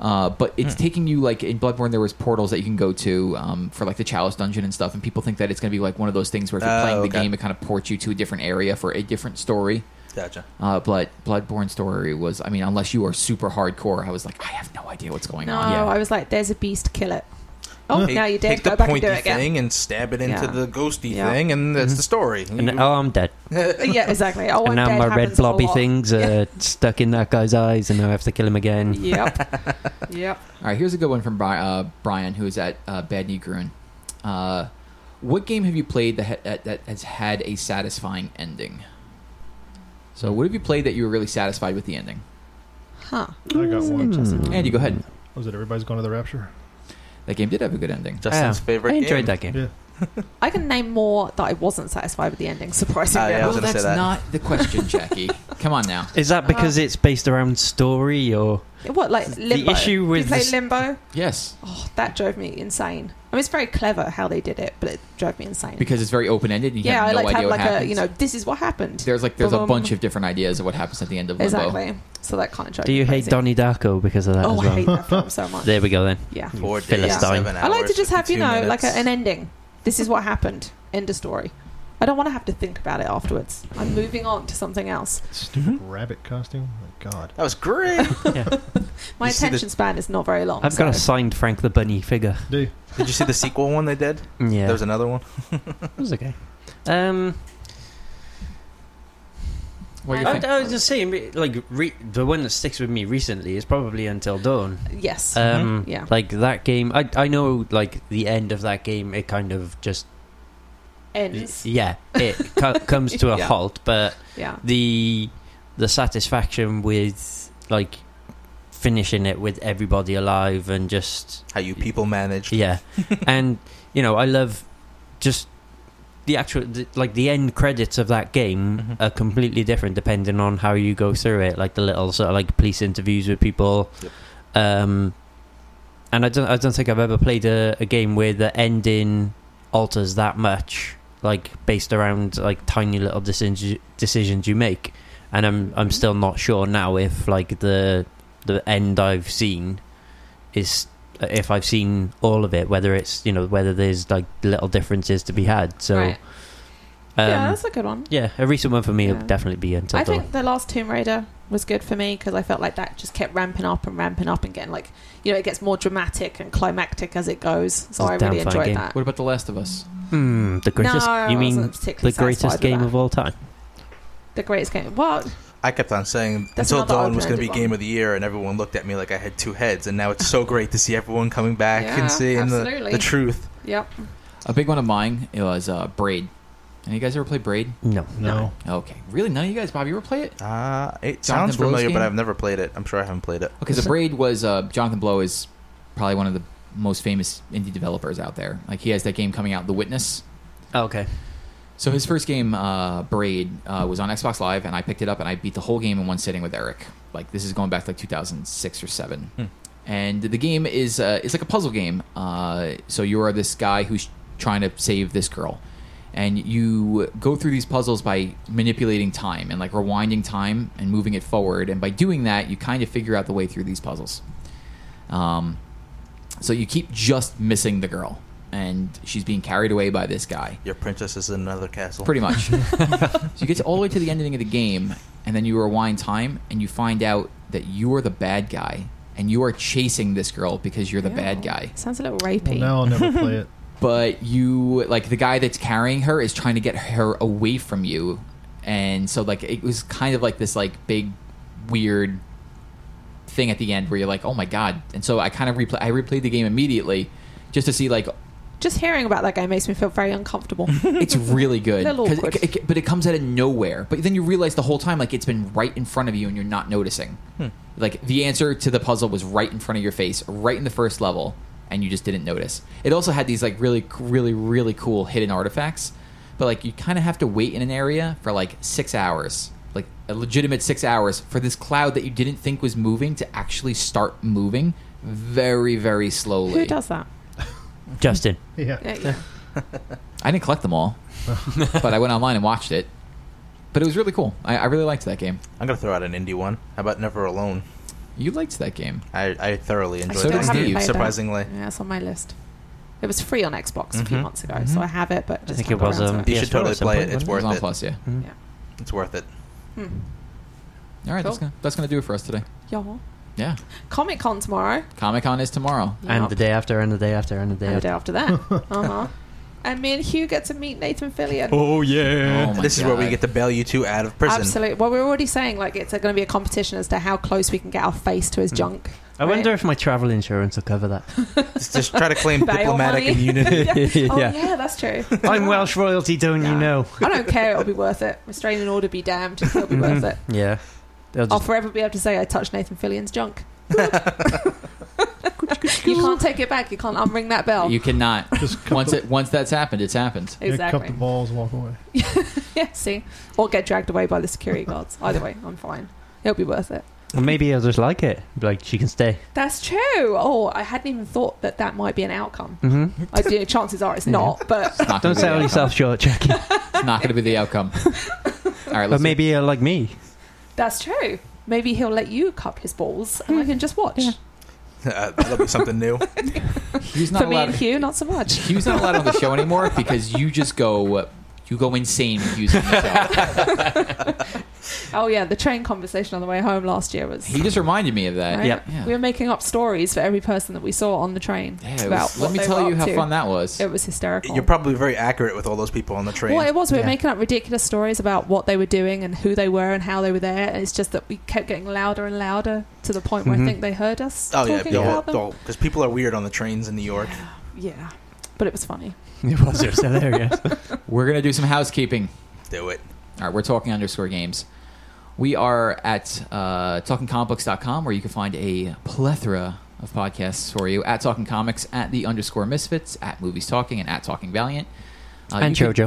S1: uh, but it's
S2: Hmm.
S1: taking you like in Bloodborne there was portals that you can go to um, for like the Chalice dungeon and stuff, and people think that it's going to be like one of those things where if you're
S2: Oh,
S1: playing the
S2: okay.
S1: game, it kind of ports you to a different area for a different story.
S2: Gotcha.
S1: Uh, but Bloodborne story was, I mean, unless you are super hardcore, I was like, I have no idea what's going
S3: No,
S1: on.
S4: Yeah.
S3: I was like, there's a beast, kill it. Oh,
S2: Take-
S3: now you did.
S2: Take
S3: Go
S2: the
S3: back and
S2: pointy
S3: do it again.
S2: thing and stab it into
S3: Yeah.
S2: the ghosty
S3: Yeah.
S2: thing, and that's
S4: Mhm.
S2: the story.
S4: And
S5: Mm-hmm.
S2: You-
S4: oh, I'm dead.
S3: yeah, exactly. Oh,
S4: and
S3: I'm
S4: now
S3: dead
S4: my red
S3: happens a
S4: blobby
S3: lot.
S4: things are
S3: Yeah.
S4: stuck in that guy's eyes, and now I have to kill him again.
S3: Yep. yep.
S1: All right, here's a good one from Bri- uh, Brian, who is at uh, Bad Knee Gruen. Uh, what game have you played that, ha- that that has had a satisfying ending? So, what have you played that you were really satisfied with the ending?
S3: Huh.
S5: I got one.
S4: Hmm.
S1: Andy, go ahead.
S5: Was it everybody's gone to the rapture?
S1: That game did have a good ending.
S2: Mm-hmm. Justin's
S4: Yeah,
S2: favorite.
S4: I enjoyed
S2: game.
S4: that game.
S5: Yeah.
S3: I can name more that I wasn't satisfied with the ending, surprisingly.
S2: Oh, yeah, I was
S1: well,
S2: gonna say
S1: that's
S2: that.
S1: not the question, Jackie. Come on now.
S4: Is that
S3: Uh,
S4: because it's based around story or?
S3: What, like Limbo?
S4: issue
S3: you
S4: with
S3: play
S4: this-
S3: Limbo?
S1: Yes,
S3: Oh, that drove me insane. I mean, it's very clever how they did it, but it drove me insane.
S1: because it's very open ended. and You
S3: yeah,
S1: have
S3: I
S1: no
S3: like to
S1: idea
S3: have
S1: what
S3: like
S1: happens.
S3: a you know this is what happened
S1: there's like there's a
S3: Boom.
S1: bunch of different ideas of what happens at the end of Limbo.
S3: exactly. So that kind of drove.
S4: Do
S3: me
S4: you hate
S3: crazy.
S4: Donnie Darko because of that
S3: Oh,
S4: as well?
S3: I hate that film so much.
S4: There we go then.
S3: yeah,
S2: Four days,
S4: Philistine.
S2: seven
S3: I like to
S2: hours,
S3: just have you
S2: 52
S3: know like a,
S2: minutes.
S3: an ending. This is what happened. End of story. I don't want to have to think about it afterwards. I'm moving on to something else.
S5: Stupid rabbit costume. My God.
S2: That was great.
S3: My
S2: You see the-
S3: attention span is not very long.
S4: I've got a
S3: so-
S4: signed Frank the Bunny figure.
S5: Dude,
S2: Did you see the sequel one they did?
S4: Yeah,
S2: There was another one.
S4: it was okay. Um,
S1: What do you
S4: I,
S1: think?
S4: I was just saying, like re- the one that sticks with me recently is probably Until Dawn.
S3: yes.
S4: Um,
S3: Yeah.
S4: like that game. I I know like the end of that game. It kind of just
S3: Ends.
S4: yeah, it co- comes to a
S2: Yeah.
S4: halt. But
S3: Yeah.
S4: the the satisfaction with like finishing it with everybody alive and just
S2: How you people managed?
S4: Yeah, and you know I love just the actual the, like the end credits of that game
S2: Mhm.
S4: are completely different depending on how you go through it. Like the little sort of like police interviews with people.
S2: Yep.
S4: Um, and I don't I don't think I've ever played a, a game where the ending alters that much. Like based around like tiny little decisions decisions you make, and I'm I'm still not sure now if like the the end I've seen is if I've seen all of it, whether it's you know whether there's like little differences to be had. So
S3: right.
S4: Um,
S3: yeah, that's a good one.
S4: yeah, a recent one for me
S3: Yeah.
S4: would definitely be Until
S3: I
S4: Dawn.
S3: think the last Tomb Raider was good for me because I felt like that just kept ramping up and ramping up and getting like, you know, it gets more dramatic and climactic as it goes. So
S4: It's a
S3: I
S4: damn
S3: really
S4: fine
S3: enjoyed
S4: game.
S3: that.
S1: What about The Last of Us?
S4: Hmm, the greatest.
S3: no, I wasn't
S4: you mean the
S3: particularly
S4: greatest
S3: satisfied with
S4: game
S3: that.
S4: of all time?
S3: the greatest game? What?
S2: I kept on saying
S3: That's
S2: until
S3: not the
S2: Dawn was going to be
S3: open-ended
S2: game
S3: one.
S2: of the year, and everyone looked at me like I had two heads. And now it's so great to see everyone coming back
S3: Yeah,
S2: and seeing the,
S3: absolutely.
S2: the truth.
S3: Yep.
S1: A big one of mine it was uh, Braid. Any you guys ever play Braid?
S4: No.
S5: No.
S1: Okay, really? None of you guys, Bob, you ever play it?
S2: Uh,
S1: Jonathan
S2: it sounds
S1: Blow's
S2: familiar, but
S1: game?
S2: I've never played it. I'm sure I haven't played it.
S1: Okay, so Braid was uh, Jonathan Blow is probably one of the most famous indie developers out there. Like he has that game coming out, The Witness.
S4: Oh, okay.
S1: So his first game, uh, Braid, uh, was on Xbox Live, and I picked it up and I beat the whole game in one sitting with Eric. Like this is going back to like 2006 or seven,
S2: Hmm.
S1: and the game is uh, it's like a puzzle game. Uh, so you are this guy who's trying to save this girl, and you go through these puzzles by manipulating time and like rewinding time and moving it forward. And by doing that, you kind of figure out the way through these puzzles. Um, so you keep just missing the girl, and she's being carried away by this guy.
S2: Your princess is in another castle.
S1: Pretty much. so you get to all the way to the ending of the game, and then you rewind time, and you find out that you are the bad guy, and you are chasing this girl because you're the
S3: Ew.
S1: bad guy.
S3: Sounds a little
S5: Well,
S3: rapey.
S5: now I'll never play it.
S1: But you, like, the guy that's carrying her is trying to get her away from you, and so like it was kind of like this like big weird thing at the end where you're like, oh my god. And so I kind of replay. I replayed the game immediately just to see like
S3: Just hearing about that game makes me feel very uncomfortable.
S1: it's really good
S3: Little
S1: 'Cause
S3: awkward.
S1: it- it- but it comes out of nowhere but then you realize the whole time like it's been right in front of you and you're not noticing like the answer to the puzzle was right in front of your face right in the first level and you just didn't notice it also had these like really really really cool hidden artifacts but like you kind of have to wait in an area for like six hours like a legitimate six hours for this cloud that you didn't think was moving to actually start moving very very slowly
S3: Who does that?
S4: Justin.
S5: Yeah.
S3: Yeah, yeah.
S1: I didn't collect them all, but I went online and watched it. But it was really cool. I, I really liked that game.
S2: I'm going to throw out an indie one. How about Never Alone?
S1: You liked that game.
S2: I, I thoroughly
S3: I
S2: enjoyed
S1: So
S3: still
S1: did
S2: that
S3: haven't
S1: Steve,
S2: game,
S3: played that.
S2: surprisingly.
S3: Yeah, it's on my list. It was free on Xbox a few
S1: Mm-hmm.
S2: Mhm.
S3: months ago, so I have it, but just
S4: Mm-hmm. think it
S3: haven't
S4: was,
S3: got around
S4: um,
S3: to
S2: You
S3: it.
S4: Yeah,
S2: should
S4: sure,
S2: totally
S4: at some
S2: play
S4: point,
S2: it. It's
S1: It
S4: wasn't
S1: was
S2: worth
S1: on
S2: it.
S1: Plus, yeah.
S4: Mhm.
S2: It's worth it.
S3: Hmm.
S1: All right, that's
S3: Cool.
S1: gonna that's gonna do it for us today.
S3: Yeah.
S1: Yeah,
S3: Comic Con tomorrow.
S1: Comic Con is tomorrow.
S4: Hmm. And the day after, and the day after, and the day
S3: and the
S4: after.
S3: day after that. uh-huh. And me and Hugh get to meet Nathan Fillion.
S4: Oh yeah.
S1: Oh my
S2: this is where we
S1: God.
S2: get to bail you two out of prison.
S3: Absolutely. Well, we're already saying like it's going to be a competition as to how close we can get our face to his junk.
S4: I wonder if my travel insurance will cover that.
S2: Just, just try to claim
S3: Bail
S2: diplomatic
S3: money.
S2: immunity.
S3: yeah. Oh,
S4: Yeah.
S3: yeah. that's true.
S4: I'm Welsh royalty, don't you
S3: Nah.
S4: know?
S3: I don't care. It'll be worth it. Restraining order be damned. It'll be
S4: Mm-hmm.
S3: worth it.
S4: Yeah. They'll
S3: I'll
S4: just
S3: forever be able to say I touched Nathan Fillion's junk. you can't take it back. You can't unring that bell.
S1: You cannot
S5: Just cut
S1: once
S5: the,
S1: it once that's happened, it's happened.
S5: yeah, cup the
S3: exactly.
S5: balls, walk away.
S3: Yeah, see? Or get dragged away by the security guards. Either way, I'm fine. It'll be worth it.
S4: Well, maybe he'll just like it. Like she can stay.
S3: That's true. Oh, I hadn't even thought that that might be an outcome.
S4: Mm-hmm.
S3: I do. Chances are it's
S4: Yeah.
S3: not, but
S1: It's not gonna
S4: Don't
S1: be the
S4: sell
S1: outcome.
S4: yourself short, Jackie.
S1: It's not going to be the outcome. All right,
S4: but
S1: let's
S4: maybe he'll like me.
S3: that's true. Maybe he'll let you cup his balls and I can just watch.
S4: Yeah.
S2: Uh, that'll be something new.
S1: Hugh's not
S3: For me
S1: allowed.
S3: and Hugh, not so much.
S1: Hugh's not allowed on the show anymore because you just go you go insane with Hughes. on the show.
S3: Oh, yeah. The train conversation on the way home last year was.
S1: He just reminded me of that.
S3: Right?
S4: Yep.
S1: Yeah.
S3: We were making up stories for every person that we saw on the train.
S1: Yeah, it was-
S3: about what
S1: let me
S3: they
S1: tell
S3: were
S1: you
S3: up
S1: how
S3: to.
S1: fun that was.
S3: It was hysterical.
S2: You're probably very accurate with all those people on the train.
S3: Well, it was. We were
S4: Yeah.
S3: making up ridiculous stories about what they were doing and who they were and how they were there. And it's just that we kept getting louder and louder to the point where
S1: Mm-hmm.
S4: Mhm.
S3: I think they heard us
S2: oh yeah,
S3: talking about them.
S2: because people are weird on the trains in New York.
S3: Yeah. But it was funny.
S4: It was it was hilarious.
S1: We're gonna do some housekeeping.
S2: Do it.
S1: All right, we're talking underscore games. We are at uh, talkingcomicbooks.com where you can find a plethora of podcasts for you at Talking Comics, at the underscore Misfits, at Movies Talking, and at Talking Valiant. Uh,
S4: and
S1: you can-
S4: Jojo.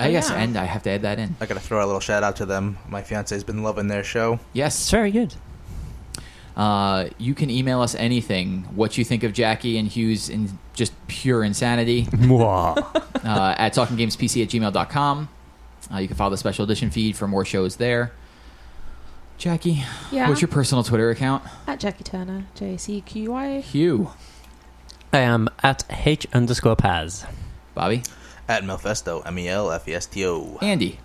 S1: Uh, yes,
S3: Oh, Yeah.
S1: and I have to add that in.
S2: I gotta throw a little shout out to them. My fiance's been loving their show.
S4: It's
S1: Yes.
S4: very good.
S1: Uh, you can email us anything, what you think of Jackie and Hughes in just pure insanity. uh, at talkinggamespc at gmail.com. Uh, you can follow the special edition feed for more shows there. Jackie,
S3: Yeah.
S1: what's your personal Twitter account?
S3: At Jackie Turner, J C Q Y.
S1: Hugh.
S4: I am at H underscore Paz.
S1: Bobby?
S2: At Melfesto, M E L F E S T O.
S1: Andy,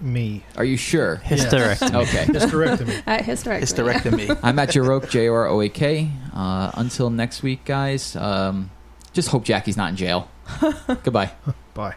S5: me.
S1: are you sure?
S4: Historic.
S1: Okay.
S5: Hysterectomy.
S3: At hysterectomy.
S2: Hysterectomy.
S1: I'm at Jaroke, J R O A K. Uh, until next week, guys, um, just hope Jackie's not in jail. Goodbye.
S5: Bye.